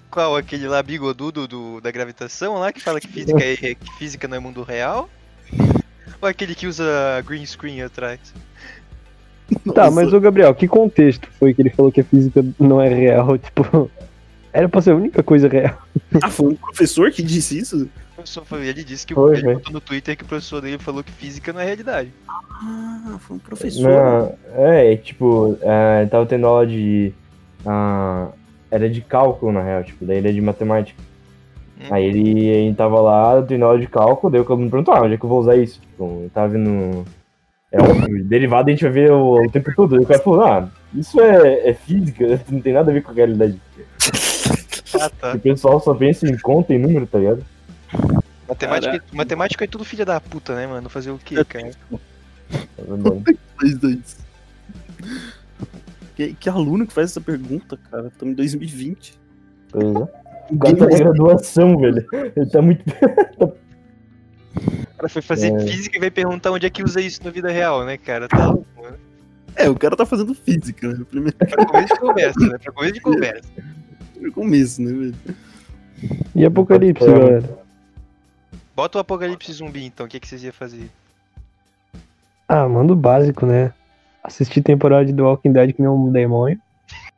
S2: Qual? Aquele lá bigodudo do, da gravitação lá que fala que física, é, que física não é mundo real? Ou aquele que usa green screen atrás?
S1: Tá, mas o Gabriel, que contexto foi que ele falou que a física não é real? Tipo, era pra ser a única coisa real.
S4: Ah, foi um professor que disse isso?
S2: O professor foi- Ele disse que o-
S3: Foi,
S2: ele
S3: velho.
S2: botou no Twitter que o professor dele falou que física não é realidade.
S4: Ah, foi um professor.
S3: Não, é, é, tipo, é, tava tendo aula de. ah, era de cálculo, na real, tipo, daí ele é de matemática.
S2: Hum.
S3: Aí ele, ele tava lá tendo aula de cálculo, daí o aluno perguntou, ah, onde é que eu vou usar isso? Tipo, eu tava vendo. É óbvio, derivado a gente vai ver o, o tempo todo. Aí o cara falou, ah, isso é, é física, não tem nada a ver com a realidade.
S2: Ah, tá.
S3: O pessoal só pensa em conta e número, tá ligado?
S2: Matemática, matemática é tudo filha da puta, né, mano? Fazer o quê, cara?
S3: Tá vendo?
S4: Mas antes. Que, que aluno que faz essa pergunta, cara? Estamos em 2020.
S3: Pois é. O cara tá na graduação, velho. Ele tá muito.
S2: O cara foi fazer física e vai perguntar onde é que usa isso na vida real, né, cara? Tá louco, mano.
S4: É, o cara tá fazendo física, né? Primeiro
S2: Pra começo de conversa, né? Pra começo de conversa.
S4: começo, né, velho?
S1: E Apocalipse,
S3: É.
S1: galera?
S2: Bota o apocalipse zumbi, então. O que, que vocês iam fazer?
S1: Ah, manda o básico, né? Assistir temporada de The Walking Dead que nem um demônio.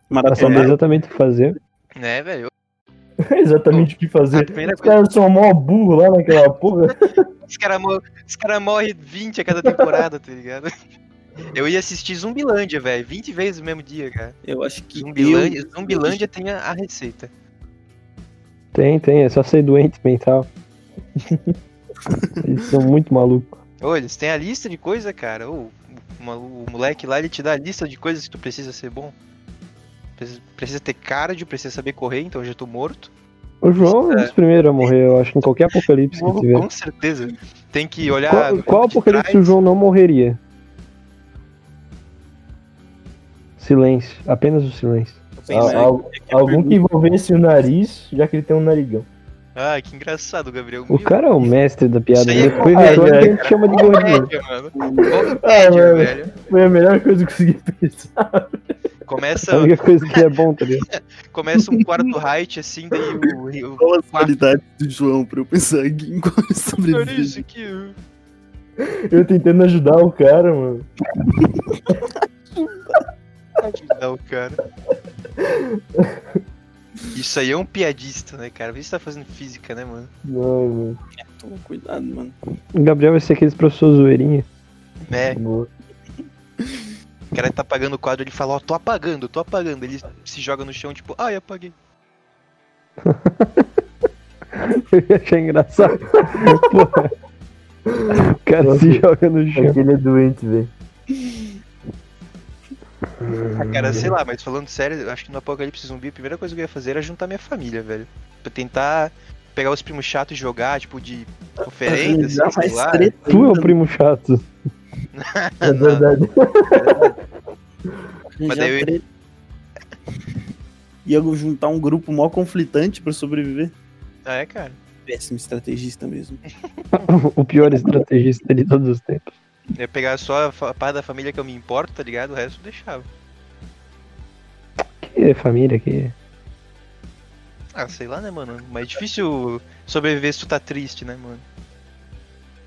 S1: Pra saber
S4: Maratona.
S1: exatamente o que fazer.
S2: Né, velho?
S3: exatamente o que
S2: A
S3: fazer.
S2: primeira
S3: Os
S2: coisa.
S3: caras são mó burro lá naquela porra.
S2: Os caras mor cara morrem 20 a cada temporada, tá ligado? Eu ia assistir Zumbilândia, velho. 20 vezes no mesmo dia, cara.
S4: Eu acho que.
S2: Zumbilândia,
S4: eu-
S2: Zumbilândia tem a, a receita.
S1: Tem, tem, é só ser doente mental. Eles são muito malucos.
S2: Ô, eles têm a lista de coisa, cara. Ô, o malu- o moleque lá, ele te dá a lista de coisas que tu precisa ser bom. Precisa, precisa ter cardio, precisa saber correr, então eu já tô morto.
S1: O João é um dos primeiros a morrer, eu acho, em qualquer apocalipse que
S2: Morro,
S1: tiver.
S2: com certeza. Tem que olhar...
S4: né?
S1: Qual, qual
S2: de
S1: apocalipse o
S2: trás.
S1: João não morreria? Silêncio, apenas o silêncio.
S4: Pensa aí,
S3: Al- al-
S4: é que a
S3: algum que
S4: pergunta-
S3: envolvesse o nariz, já que ele tem um narigão.
S2: Ah, que engraçado, Gabriel.
S1: O cara é o mestre da piada,
S2: Isso aí é
S1: né? Foi
S3: comédia,
S1: episódio que a
S3: cara.
S1: gente chama de gordinho.
S2: Comédia, mano.
S3: Ah,
S2: Comédia, velho.
S3: Foi a melhor coisa que eu consegui pensar.
S1: A
S2: Começa,
S1: única coisa que é bom, tá ligado?
S2: começa um quarto height, assim, daí o... o-
S4: Qual a qualidade do João pra eu pensar aqui em qual é ele sobrevive?
S2: que...
S3: Eu tentando ajudar o cara, mano.
S2: Não, cara. Isso aí é um piadista, né, cara? Vê se tá fazendo física, né, mano?
S3: Não, mano.
S4: Toma cuidado, mano.
S1: O Gabriel vai ser aqueles professores zoeirinha.
S2: É,
S3: Boa.
S2: o cara tá apagando o quadro, ele fala, ó, tô apagando, tô apagando. Ele se joga no chão, tipo, ai, apaguei.
S1: Eu ia achar engraçado. Porra. O cara se joga no chão.
S3: Aquele é doente, velho.
S2: Ah, cara, sei lá, mas falando sério, eu acho que no Apocalipse Zumbi a primeira coisa que eu ia fazer era juntar minha família, velho. Pra tentar pegar os primos chatos e jogar, tipo, de
S4: É,
S2: oferenda,
S4: Organizar
S2: assim, sei lá.
S4: treta
S1: Tu é o
S4: ainda,
S1: primo chato.
S3: É
S2: Ah.
S3: verdade.
S4: arranjar
S2: Mas daí eu-
S4: treta. E eu juntar um grupo mó conflitante pra sobreviver.
S2: Ah, é, cara.
S4: Péssimo estrategista mesmo.
S1: O pior estrategista de todos os tempos.
S2: Eu ia pegar só a fa- parte da família que eu me importo, tá ligado? O resto eu deixava.
S1: Que é família que.
S2: Ah, sei lá, né, mano? Mas é difícil sobreviver se tu tá triste, né, mano?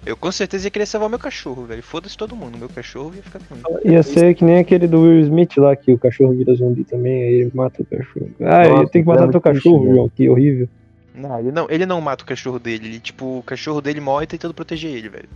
S2: Eu com certeza ia querer salvar meu cachorro, velho. Foda-se todo mundo, meu cachorro ia ficar comigo.
S1: Ia ser que nem aquele do Will Smith lá, que o cachorro vira zumbi também, aí ele mata o cachorro. Ah,
S3: Nossa,
S1: tem que matar
S3: cara,
S1: teu
S3: que
S1: cachorro,
S3: triste,
S1: João, que horrível.
S2: Não, ele não, ele não mata o cachorro dele, ele, tipo, o cachorro dele morre tentando proteger ele, velho.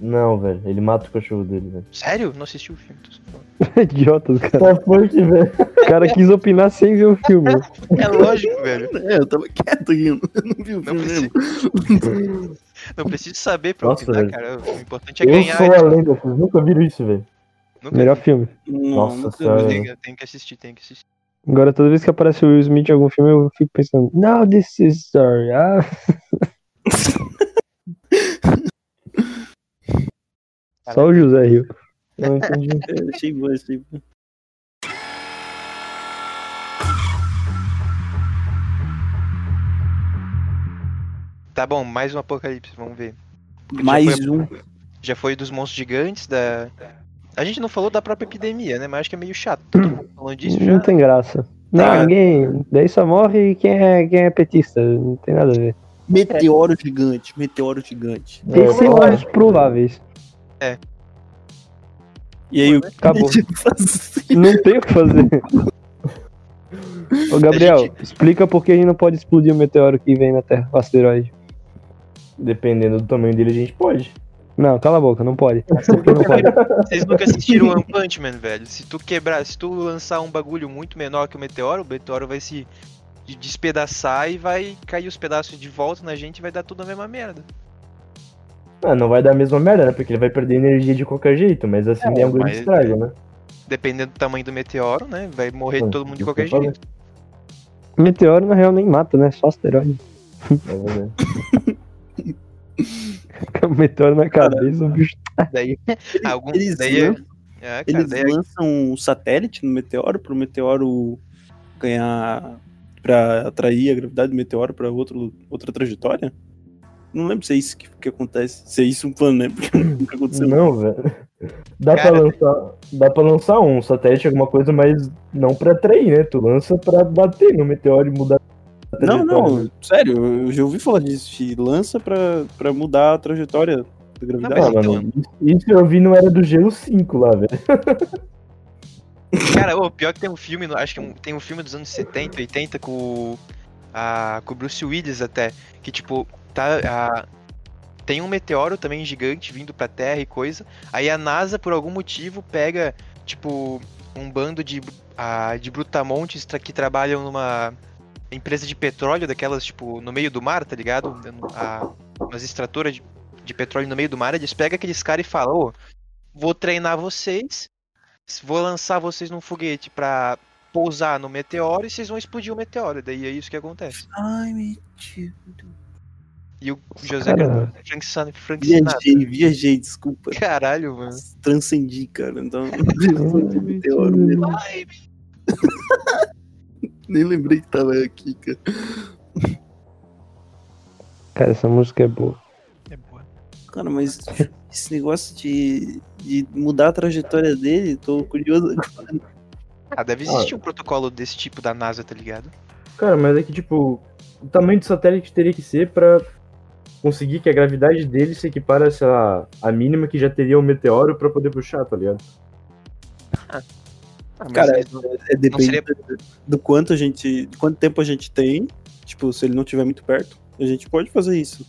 S3: Não, velho. Ele mata o cachorro dele, velho.
S2: Sério? Não assisti o filme. tô só falando.
S1: Idiotas, cara.
S3: Tá funk, velho.
S1: O cara quis opinar sem ver o filme.
S2: É lógico, velho.
S4: É, eu tava quieto aqui, eu não vi o
S2: Não
S4: filme
S2: preciso,
S4: mesmo.
S2: não preciso saber pra
S3: Nossa,
S2: opinar,
S3: velho.
S2: cara. O importante é
S3: Eu
S2: ganhar.
S3: sou a lenda, vocês nunca viram isso, velho.
S2: Nunca
S1: Melhor filme.
S4: Não,
S3: Nossa
S4: nunca vi.
S3: senhora.
S2: vi, né? Tem que assistir, tem que assistir.
S1: Agora, toda vez que aparece o Will Smith em algum filme, eu fico pensando, now this is story. Ah,
S2: Tá
S1: só o José riu.
S3: Eu não entendi.
S4: É, achei bom, achei bom.
S2: Tá bom, mais um apocalipse, vamos ver.
S4: Mais um.
S2: Já foi dos monstros gigantes, da. A gente não falou da própria epidemia, né? Mas acho que é meio chato. Falando disso, já.
S1: Não tem graça. Não,
S2: Tá.
S1: ninguém. Daí só morre quem é, quem é petista. Não tem nada a ver.
S4: Meteoro gigante, meteoro gigante.
S1: Tem
S3: É,
S1: que ser
S3: eu
S1: os
S3: acho que-
S1: prováveis.
S4: E aí, o que
S1: Acabou.
S4: a gente faz assim?
S1: Não tem o que fazer. Ô, Gabriel, explica por que a gente não pode explodir o meteoro que vem na Terra, o asteroide.
S3: Dependendo do tamanho dele, a gente pode.
S1: Não, cala a boca, não pode. Por que não pode?
S2: Vocês nunca assistiram One Punch Man, velho. Se tu quebrar, se tu lançar um bagulho muito menor que o meteoro, o meteoro vai se de- despedaçar e vai cair os pedaços de volta na gente e vai dar tudo a mesma merda.
S3: Ah, não vai dar a mesma merda, né? Porque ele vai perder energia de qualquer jeito, mas assim é, um grande
S2: mas-
S3: estrago, né?
S2: Dependendo do tamanho do meteoro, né? Vai morrer
S3: Hum,
S2: todo mundo de
S3: isso
S2: qualquer
S3: que eu falei.
S2: jeito.
S1: Meteoro, na real, nem mata, né? Só asteroide.
S3: É verdade.
S1: Fica um meteoro na cabeça, o bicho.
S2: Daí, algum,
S4: eles
S2: daí,
S4: lan-
S2: é, cara,
S4: Eles
S2: daí
S4: lançam um satélite no meteoro pro meteoro ganhar. pra atrair a gravidade do meteoro pra outro, outra trajetória? Não lembro se é isso que, que acontece. Se é isso um plano, né? Porque nunca aconteceu.
S3: Não, velho. Dá pra,
S2: Cara,
S3: lançar, dá pra lançar um satélite, alguma coisa, mas não pra atrair, né? Tu lança pra bater no meteoro e mudar. a
S4: Não,
S3: trajetória. né?
S4: não, sério, eu já ouvi falar disso. que Lança pra, pra mudar a trajetória da
S2: Não,
S4: gravidade.
S2: mas
S3: Ah,
S2: então-
S3: mano, isso eu vi no Era do Gelo 5 lá, velho.
S2: Cara, ô, pior que tem um filme, no- acho que é um- tem um filme dos anos 70, 80 com, o- a, com o Bruce Willis até, que tipo, tá, a- tem um meteoro também gigante vindo pra Terra e coisa, aí a NASA por algum motivo pega, tipo, um bando de, a, de brutamontes tra- que trabalham numa empresa de petróleo, daquelas tipo, no meio do mar, tá ligado? A, umas extratoras de, de petróleo no meio do mar, eles pegam aqueles caras e falam, ô, vou treinar vocês vou lançar vocês num foguete pra pousar no meteoro e vocês vão explodir o meteoro. Daí é isso que acontece.
S4: Ai, mentira.
S2: E o José é
S1: cara-
S2: Gra- Frank, San- Frank Sinatra.
S4: Viajei, viajei, desculpa.
S2: Caralho, mano.
S4: Transcendi, cara. Então, meteoro mesmo.
S2: Ai,
S4: nem lembrei que tava aqui, cara.
S1: Cara, essa música é boa.
S2: é boa.
S4: Cara, mas esse negócio de, de mudar a trajetória dele, tô curioso.
S2: Ah, deve existir um protocolo desse tipo da NASA, tá ligado?
S3: Cara, mas é que, tipo, o tamanho do satélite teria que ser pra conseguir que a gravidade dele se equipare a essa, a mínima que já teria o meteoro pra poder puxar, tá ligado?
S2: Ah, mas
S4: Cara, é,
S2: eles não-
S4: é depende
S2: seria-
S4: do- do quanto a gente. de quanto tempo a gente tem. Tipo, se ele não estiver muito perto, a gente pode fazer isso.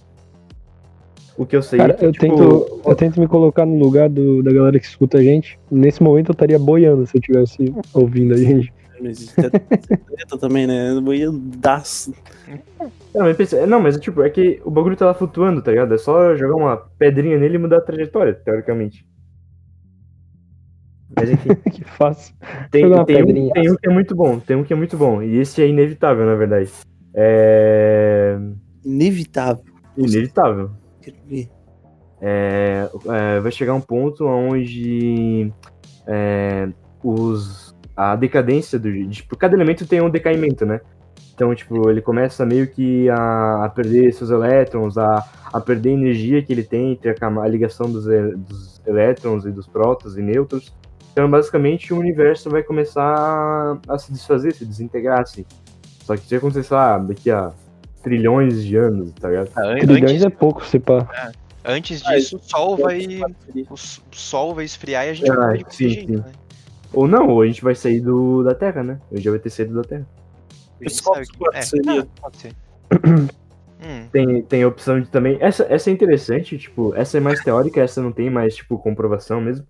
S3: O que eu sei
S1: Cara,
S3: é que,
S1: eu
S3: tipo,
S1: tento, eu tento me colocar no lugar do- da galera que escuta a gente. Nesse momento eu estaria boiando se eu estivesse ouvindo a gente.
S4: Mas isso é treta também, né? Eu ia dar.
S3: Não, mas pensa, não, mas tipo, é que o bagulho tá lá flutuando, tá ligado? É só jogar uma pedrinha nele e mudar a trajetória, teoricamente. Mas enfim,
S1: que fácil.
S3: tem,
S1: Jogar uma
S3: tem um,
S1: pedrinha.
S3: tem um que é muito bom, tem um que é muito bom. E esse é inevitável, na verdade. É.
S4: Inevitável.
S3: Inevitável.
S4: Quero ver.
S3: É, é, vai chegar um ponto onde é, os, a decadência do. Tipo, cada elemento tem um decaimento, né? Então, tipo, ele começa meio que a, a perder seus elétrons, a, a perder a energia que ele tem entre a, cama- a ligação dos, e- dos elétrons e dos prótons e nêutrons. Então, basicamente, o universo vai começar a se desfazer, se desintegrar, assim. Só que isso vai acontecer, sei lá, daqui a trilhões de anos, tá ligado?
S2: an-
S1: Trilhões
S2: antes,
S1: é pouco, se pá.
S2: antes
S4: Ah,
S2: disso, o sol vai.
S4: Seria-
S2: O s- o sol vai esfriar e a gente
S3: Ah,
S2: vai morrer de qualquer
S3: sim,
S2: jeito,
S3: sim.
S2: né?
S3: Ou não, ou a gente vai sair do, da Terra, né? Eu já vai ter saído da Terra.
S2: A gente
S4: Scott
S2: sabe que-
S4: Scott
S2: é,
S4: seria-
S2: ah, pode ser. Hum,
S3: tem, tem a opção de também. Essa, essa é interessante, tipo, essa é mais teórica, essa não tem mais, tipo, comprovação mesmo.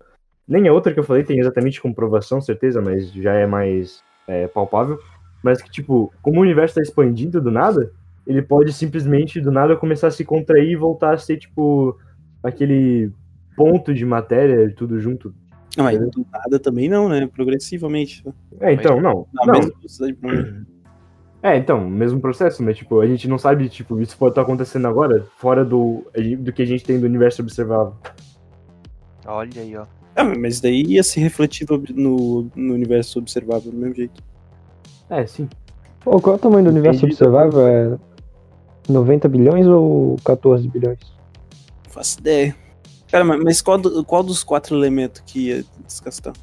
S3: Nem a outra que eu falei tem exatamente comprovação, certeza, mas já é mais é, palpável. Mas que, tipo, como o universo tá expandindo do nada, ele pode simplesmente do nada começar a se contrair e voltar a ser, tipo, aquele ponto de matéria, tudo junto.
S4: Não, mas do nada também não, né? Progressivamente.
S3: É, então, não.
S4: Na
S3: não.
S4: mesma velocidade.
S3: É, então, mesmo processo, mas tipo, a gente não sabe, tipo, isso pode estar acontecendo agora, fora do, do que a gente tem do universo observável.
S2: Olha aí, ó.
S4: Ah, mas daí ia se refletir no, no, no universo observável do mesmo jeito.
S3: É, sim.
S1: Pô, qual é o tamanho do universo
S3: Entendi. tá
S1: observável? É 90 bilhões ou 14 bilhões?
S4: Não faço ideia. Cara, mas, mas qual, do- qual dos quatro elementos que ia descascar?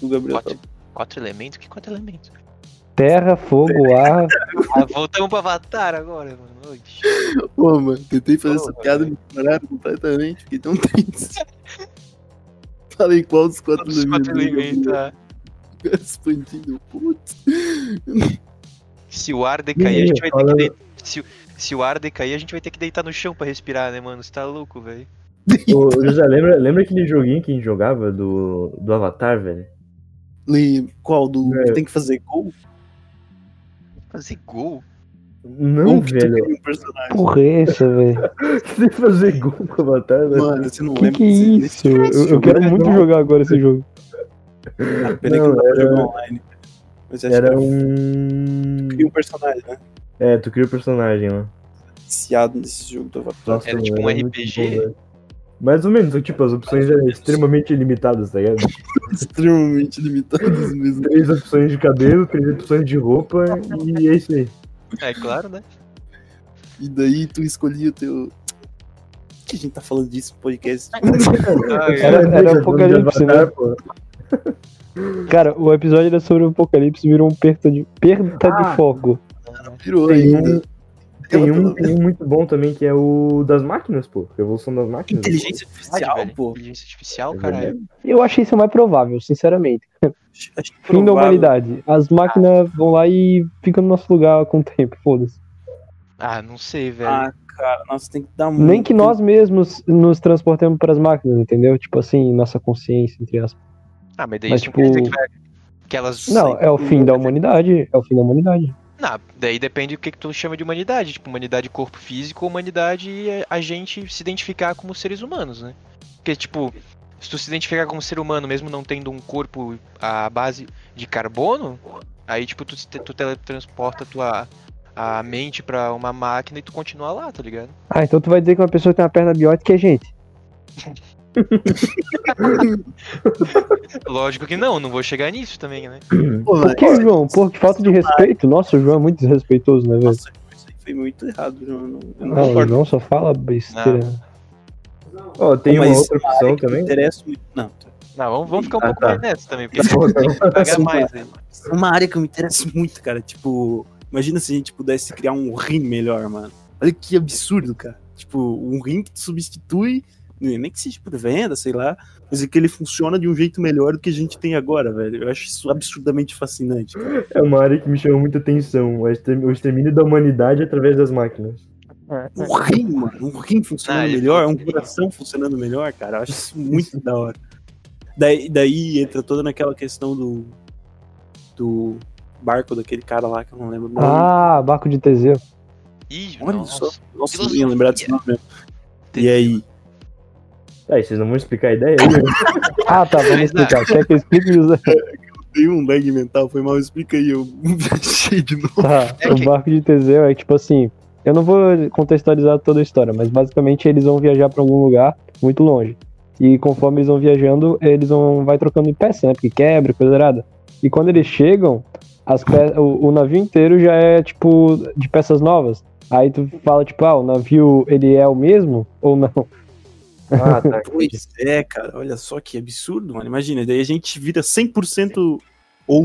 S4: O Gabriel
S2: Quatro, quatro elementos? Que quatro elementos?
S1: Terra, fogo,
S3: É
S1: ar.
S2: Ah, voltamos pro Avatar agora, mano. Oi, bicho.
S4: tá. Pô, mano, tentei fazer
S2: Pô,
S4: essa piada e me ignoraram completamente. Fiquei tão triste. Falei qual dos quatro
S2: Os quatro elementos. ah.
S4: Expandindo, putz.
S2: Se o ar decair, a gente vai ter que
S1: Falando-
S2: deitar. Se, o- se o ar decair, a gente vai ter que deitar no chão pra respirar, né, mano? Você tá louco, velho.
S3: Ô, José, lembra, lembra aquele joguinho que a gente jogava do, do Avatar, velho?
S4: Lembro. Qual? Do
S3: É.
S4: que tem que fazer gol?
S2: Fazer gol?
S3: Não,
S4: Ou que tu
S3: velho.
S4: cria um personagem.
S1: Porra, é essa, velho.
S3: Você fazer gol com o Avatar, velho.
S4: Mano, você não
S1: Que
S4: lembra
S1: que é isso?
S4: desse-
S1: Eu, eu
S3: É
S1: quero muito jogar agora esse jogo.
S4: Ah, Pena que não dá pra jogar online. Mas acho
S2: é
S3: Era
S4: que
S3: um.
S4: cria um personagem, né?
S3: É, tu cria o personagem lá.
S4: Viciado nesse jogo do Avatar.
S3: Nossa,
S2: Era tipo um
S3: velho, É, muito
S2: RPG?
S3: bom, velho. Mais ou menos, tipo, as opções
S2: é
S3: eram extremamente limitadas, tá ligado?
S4: Extremamente limitados mesmo.
S3: Três opções de cabelo, três opções de roupa e é isso aí.
S2: É claro, né?
S4: E daí tu escolhia o teu. Por que a gente tá falando disso no podcast?
S2: Ah, é
S1: Era, era
S3: Dois
S1: apocalipse, né?
S3: Avatar, pô.
S1: Cara, o episódio era sobre o apocalipse virou um perda de, perda
S3: Ah.
S1: de fogo.
S4: Pirou
S3: Tem
S4: ainda.
S3: um, tem, um, tem um muito bom também que é o das máquinas, pô. Revolução das máquinas.
S4: Inteligência
S2: Verdade,
S4: artificial,
S2: velho.
S4: pô.
S2: Inteligência artificial,
S3: É
S2: caralho.
S1: Eu achei isso mais provável, sinceramente.
S4: Acho- acho
S1: Fim da
S4: provável.
S1: humanidade. As
S4: Ah.
S1: máquinas vão lá e ficam no nosso lugar com o tempo, foda-se.
S2: Ah, não sei, velho.
S4: Ah, cara, nossa, tem que dar muito.
S1: Nem que nós mesmos nos transportemos pras máquinas, entendeu? Tipo assim, nossa consciência, entre aspas.
S2: Ah, mas daí
S1: Mas,
S2: isso não quer dizer
S1: tipo,
S2: que, vai... que elas.
S1: Não, é o fim da humanidade. É o fim da humanidade.
S2: Não, daí depende do que, que tu chama de humanidade. Tipo, humanidade corpo físico ou humanidade é a gente se identificar como seres humanos, né? Porque, tipo, se tu se identificar como ser humano, mesmo não tendo um corpo à base de carbono, aí, tipo, tu, se te- tu teletransporta tua a mente pra uma máquina e tu continua lá, tá ligado?
S1: Ah, então tu vai dizer que uma pessoa que tem uma perna biótica é gente.
S2: Lógico que não, não vou chegar nisso também, né?
S4: Porra,
S1: Por que, João? Pô, que falta de respeito. Nossa, o João é muito desrespeitoso, né, velho?
S4: Nossa, isso aí foi muito errado, João. Eu não, eu não
S1: Não, o
S4: concordo.
S1: João só fala besteira.
S3: Ó, tem uma
S4: Mas é
S3: outra
S4: uma área
S3: opção
S4: que me
S3: também.
S4: interessa muito. Não, tá.
S2: Não, vamos, vamos ficar um
S3: Ah,
S2: pouco
S3: tá.
S2: mais nessa também, porque
S3: Pô, tá não.
S2: pagar
S4: Sim,
S2: mais aí.
S4: Tipo assim, uma área que eu me interesso muito, cara. Tipo, imagina se a gente pudesse criar um rim melhor, mano. Olha que absurdo, cara. Tipo, um rim que te substitui, né, nem que seja por venda, sei lá, mas é que ele funciona de um jeito melhor do que a gente tem agora, velho. Eu acho isso absurdamente fascinante. cara.
S3: É uma área que me chama muita atenção. O exterm- o extermínio da humanidade através das máquinas.
S4: Um rim, mano, um rim funcionando
S2: É Ah, ele
S4: melhor, um
S2: funciona.
S4: coração funcionando melhor, cara. Eu acho isso muito da hora. Daí, daí entra toda naquela questão do. do barco daquele cara lá que eu não lembro o nome.
S1: Ah, Barco de Teseu.
S2: Ih,
S4: Olha
S2: nossa.
S4: só. Nossa, eu não ia lembrar desse nome mesmo. E
S2: Entendi.
S4: aí?
S3: Tá, e vocês não vão explicar a ideia aí? né?
S1: Ah, tá, vamos
S2: Mas, né?
S1: explicar. Quer que eu explique, José?
S4: Dei um lag mental, foi mal, explica aí, eu viajei de novo.
S1: Tá,
S2: É que-
S1: o barco de Teseu é tipo assim. Eu não vou contextualizar toda a história, mas basicamente eles vão viajar pra algum lugar muito longe. E conforme eles vão viajando, eles vão vai trocando de peça, né? Porque quebra, coisa errada. E quando eles chegam, as pe- o, o navio inteiro já é tipo de peças novas. Aí tu fala tipo, ah, o navio ele é o mesmo ou não?
S3: Ah, tá.
S4: Pois é, cara, olha só que absurdo, mano. Imagina, daí a gente vira 100% ou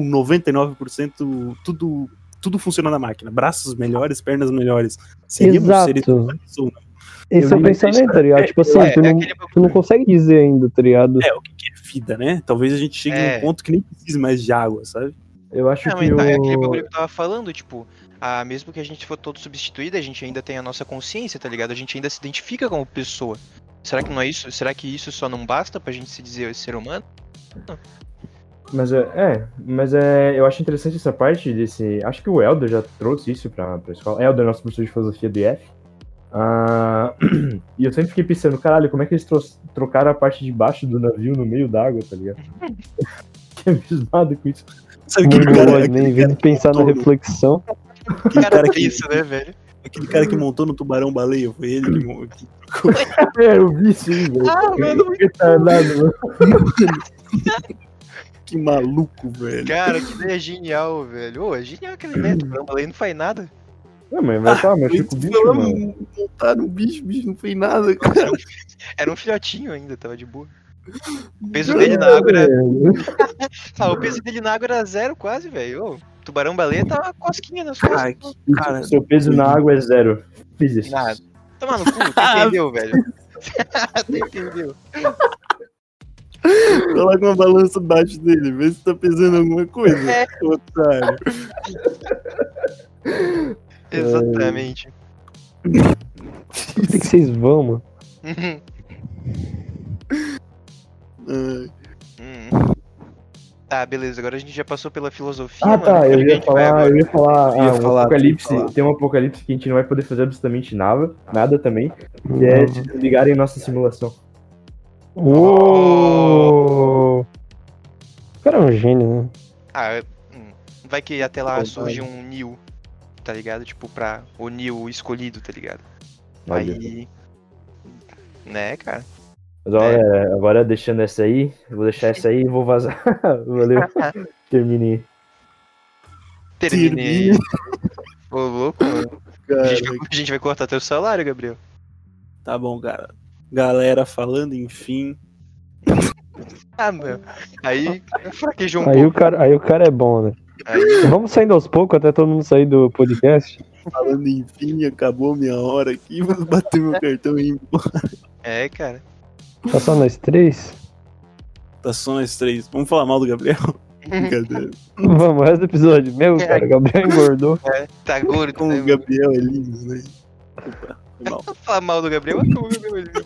S4: 99% tudo, tudo funciona na máquina. Braços melhores, pernas melhores. Seríamos
S1: Exato.
S4: seres humanos ou não?
S1: Esse é o
S3: Eu-
S1: pensamento, tá ligado? Tipo assim,
S2: É,
S1: tu
S2: é
S1: não,
S2: aquele
S1: tu não consegue dizer ainda, tá ligado?
S4: É, o que que é vida, né? Talvez a gente chegue
S2: É.
S4: num ponto que nem precise mais de água, sabe?
S3: Eu acho
S2: Não,
S3: que
S2: então, é aquele
S3: o...
S2: bagulho que eu tava falando, tipo, ah, mesmo que a gente for todo substituído, a gente ainda tem a nossa consciência, tá ligado? A gente ainda se identifica como pessoa. Será que não é isso? Será que isso só não basta pra gente se dizer ser humano?
S3: Mas é, é, mas é, eu acho interessante essa parte desse. Acho que o Elder já trouxe isso pra, pra escola. Elder, nosso professor de filosofia do IF. Ah, e eu sempre fiquei pensando, caralho, como é que eles tro- trocaram a parte de baixo do navio no meio d'água, tá ligado? Fiquei abismado com isso.
S7: Sabe
S1: Não,
S7: É aquele cara,
S1: nem
S7: aquele
S1: vim
S7: cara,
S1: pensar na
S7: todo.
S1: reflexão.
S2: Que cara
S7: cara
S2: é
S7: que-
S2: isso, né, velho?
S7: aquele cara que montou no tubarão baleia? Foi ele que montou.
S3: É, eu vi sim, velho.
S2: Ah, mano,
S3: Eu fiquei tardado, mano.
S7: Que maluco, velho.
S2: Cara, que ideia genial, velho. Ô, é genial aquele neto, ele não faz nada.
S3: Não, mas, mas tá, mas fica o bicho, mano.
S7: Falamos, montaram o tá bicho, bicho, não fez nada, cara.
S2: Era um filhotinho ainda, tava de boa. O peso dele na água era. Ah, o peso dele na água era zero quase, velho. Ô, Tubarão baleia tá uma cosquinha nas
S7: Cara,
S2: costas.
S7: que- cara,
S3: Seu peso na água é zero. Fiz isso.
S2: Nada. Toma no cu, tu entendeu, velho? tu entendeu?
S7: coloca uma balança abaixo dele, vê se tá pesando alguma coisa.
S2: É.
S7: Otário.
S2: Exatamente.
S1: Por que que vocês vão, mano?
S7: Ai,
S2: Hum. Tá, beleza. Agora a gente já passou pela filosofia.
S3: Ah,
S2: mano.
S3: tá,
S2: Agora
S3: eu
S2: a
S3: ia
S2: gente vai
S3: falar,
S2: agora.
S3: eu ia falar,
S7: Eu ia
S3: ah, um
S7: falar,
S3: apocalipse,
S7: eu ia falar.
S3: tem um apocalipse que a gente não vai poder fazer absolutamente nada, nada também, que é se ligarem nossa simulação.
S1: Uou! O cara é um gênio, né?
S2: Ah, eu- hum. vai que até lá surge um Neo, tá ligado? Tipo, pra. O Neo escolhido, tá ligado?
S3: Olha.
S2: Aí. Né, cara?
S3: Mas olha, agora deixando essa aí, vou deixar essa aí e vou vazar. Valeu. Terminei.
S2: Terminei. Ô, louco, mano. A
S7: cara,
S2: gente,
S3: É,
S2: vai, a gente vai cortar teu salário, Gabriel.
S7: tá bom, cara. Galera falando, enfim.
S2: Ah, meu. Aí fraquejou um
S1: Aí o
S2: pouco.
S1: cara, aí o cara é bom, né? Vamos saindo aos poucos até todo mundo sair do podcast?
S7: Falando, enfim, acabou minha hora aqui, vou bater meu cartão e ir embora.
S2: É, cara.
S1: Tá só nós três?
S7: Tá só nós três. Vamos falar mal do Gabriel? Brincadeira.
S1: Vamos, resto do episódio. Meu,
S2: É,
S1: cara, Gabriel engordou.
S2: Tá gordo,
S7: Como
S2: né?
S7: o Gabriel é lindo, né? Opa, foi mal.
S2: Não fala mal do Gabriel, mas como o Gabriel é lindo.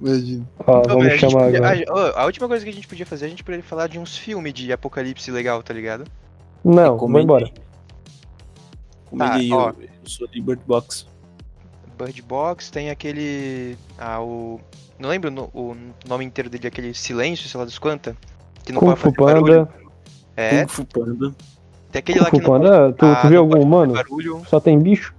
S7: Imagina.
S1: Ó,
S2: Não, mas
S1: Ah, vamos
S2: a gente
S1: chamar
S2: podia-
S1: agora.
S2: a- A última coisa que a gente podia fazer, a gente poderia falar de uns filmes de apocalipse legal, tá ligado?
S1: Não, vamos embora.
S7: Comida
S2: Tá,
S7: aí,
S2: ó.
S7: eu, eu sou de Bird Box.
S2: Bird Box, tem aquele. Ah, o. Não lembro no- o nome inteiro dele, aquele silêncio, sei lá dos quanta. Que não
S1: Kung
S2: pode
S1: Fu
S2: fazer barulho.
S1: Panda.
S2: É,
S7: Kung Fu Panda.
S2: tem aquele
S1: Kung
S2: lá que
S1: Fu
S2: não pode
S1: Panda, tu,
S2: Ah,
S1: tu viu
S2: não pode
S1: algum humano?
S2: fazer barulho.
S1: Só tem bicho?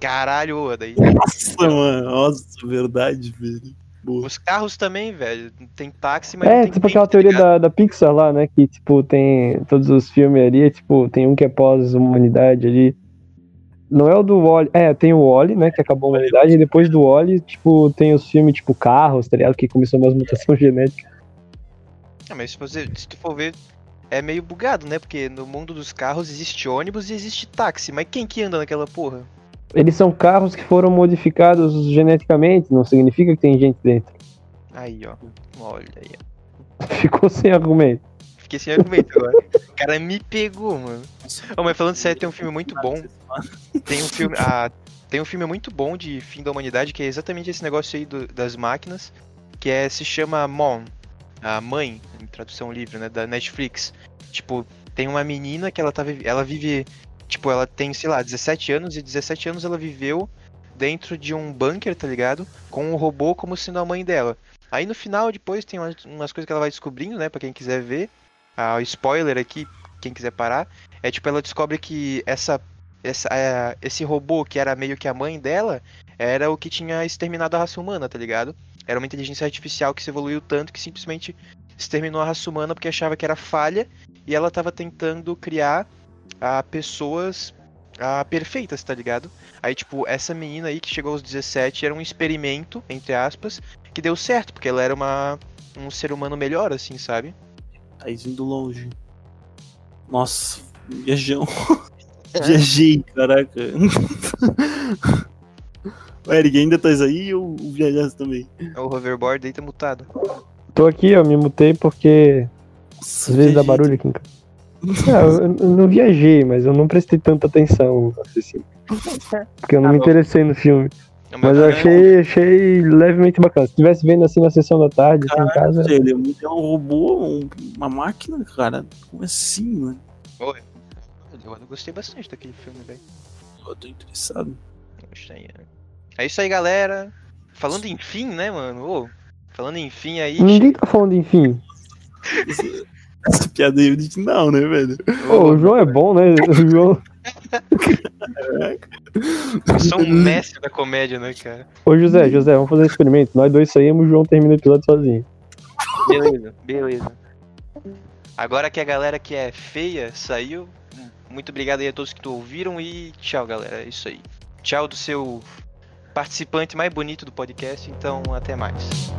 S2: Caralho, ô, daí.
S7: Nossa, mano. Nossa, verdade, velho. Boa.
S2: Os carros também, velho. Tem táxi, mas. não
S1: É,
S2: tem
S1: tipo
S2: gente,
S1: aquela
S2: tá
S1: teoria
S2: ligado?
S1: da, da Pixar lá, né? Que, tipo, tem todos os filmes ali, tipo, tem um que é pós-humanidade ali. Não é o do Wally. É, tem o Wally, né? Que acabou a humanidade, e depois do Wally, tipo, tem os filmes, tipo, carros, tá ligado? Que começou umas mutações genéticas.
S2: Ah, mas se, você, se tu for ver, é meio bugado, né? Porque no mundo dos carros existe ônibus e existe táxi. Mas quem que anda naquela porra?
S1: Eles são carros que foram modificados geneticamente, não significa que tem gente dentro.
S2: Aí, ó. Olha aí.
S1: Ficou sem argumento.
S2: Fiquei sem argumento agora. O cara me pegou, mano. Ô, mas falando sério, tem um filme muito bom. Tem um filme. ah, tem um filme muito bom de fim da humanidade, que é exatamente esse negócio aí do- das máquinas, que é, se chama Mom, a mãe, em tradução livre, né? Da Netflix. Tipo, tem uma menina que ela tá vive- Ela vive. Tipo, ela tem, sei lá, 17 anos, e 17 anos ela viveu dentro de um bunker, tá ligado? Com um robô como sendo a mãe dela. Aí no final, depois, tem umas, umas coisas que ela vai descobrindo, né? Pra quem quiser ver. Ah, o spoiler aqui, quem quiser parar. É tipo, ela descobre que essa, essa é, esse robô que era meio que a mãe dela era o que tinha exterminado a raça humana, tá ligado? Era uma inteligência artificial que se evoluiu tanto que simplesmente exterminou a raça humana porque achava que era falha e ela tava tentando criar ah, pessoas ah, perfeitas, tá ligado? Aí, tipo, essa menina aí que chegou aos 17 era um experimento, entre aspas, que deu certo, porque ela era uma, um ser humano melhor, assim, sabe?
S7: Tá indo longe. Nossa, viajão. Viajei, caraca. O Eric, ainda tá aí ou viajasse também?
S1: Uhum.
S2: O hoverboard aí tá mutado.
S1: Tô aqui, eu me mutei porque
S7: Nossa,
S1: às vezes dá
S7: viajei.
S1: barulho aqui em casa. Ah, eu, eu não viajei, mas eu não prestei tanta atenção assim, Porque eu não me interessei no filme. Mas
S2: tá
S1: eu
S2: é um-
S1: achei, achei levemente bacana. Se estivesse vendo assim na sessão da tarde, assim, em casa.
S4: Ele é um é um robô, um- uma máquina, cara. Como assim, mano?
S2: Oi. Eu gostei bastante daquele filme, velho.
S4: Eu tô interessado.
S2: Gostei, né? É isso aí, galera. Falando em fim, né, mano? Ô, falando em fim aí.
S1: Ninguém tá falando, enfim.
S4: Essa piada aí é original, né, velho?
S1: Ô, o João é bom, né? O João-
S2: Eu sou um mestre da comédia, né, cara?
S1: Ô, José, José, vamos fazer um experimento. Nós dois saímos, o João termina o episódio sozinho.
S2: Beleza, beleza. Agora que a galera que é feia saiu, muito obrigado aí a todos que tu ouviram e tchau, galera. É isso aí. Tchau do seu participante mais bonito do podcast, então até mais.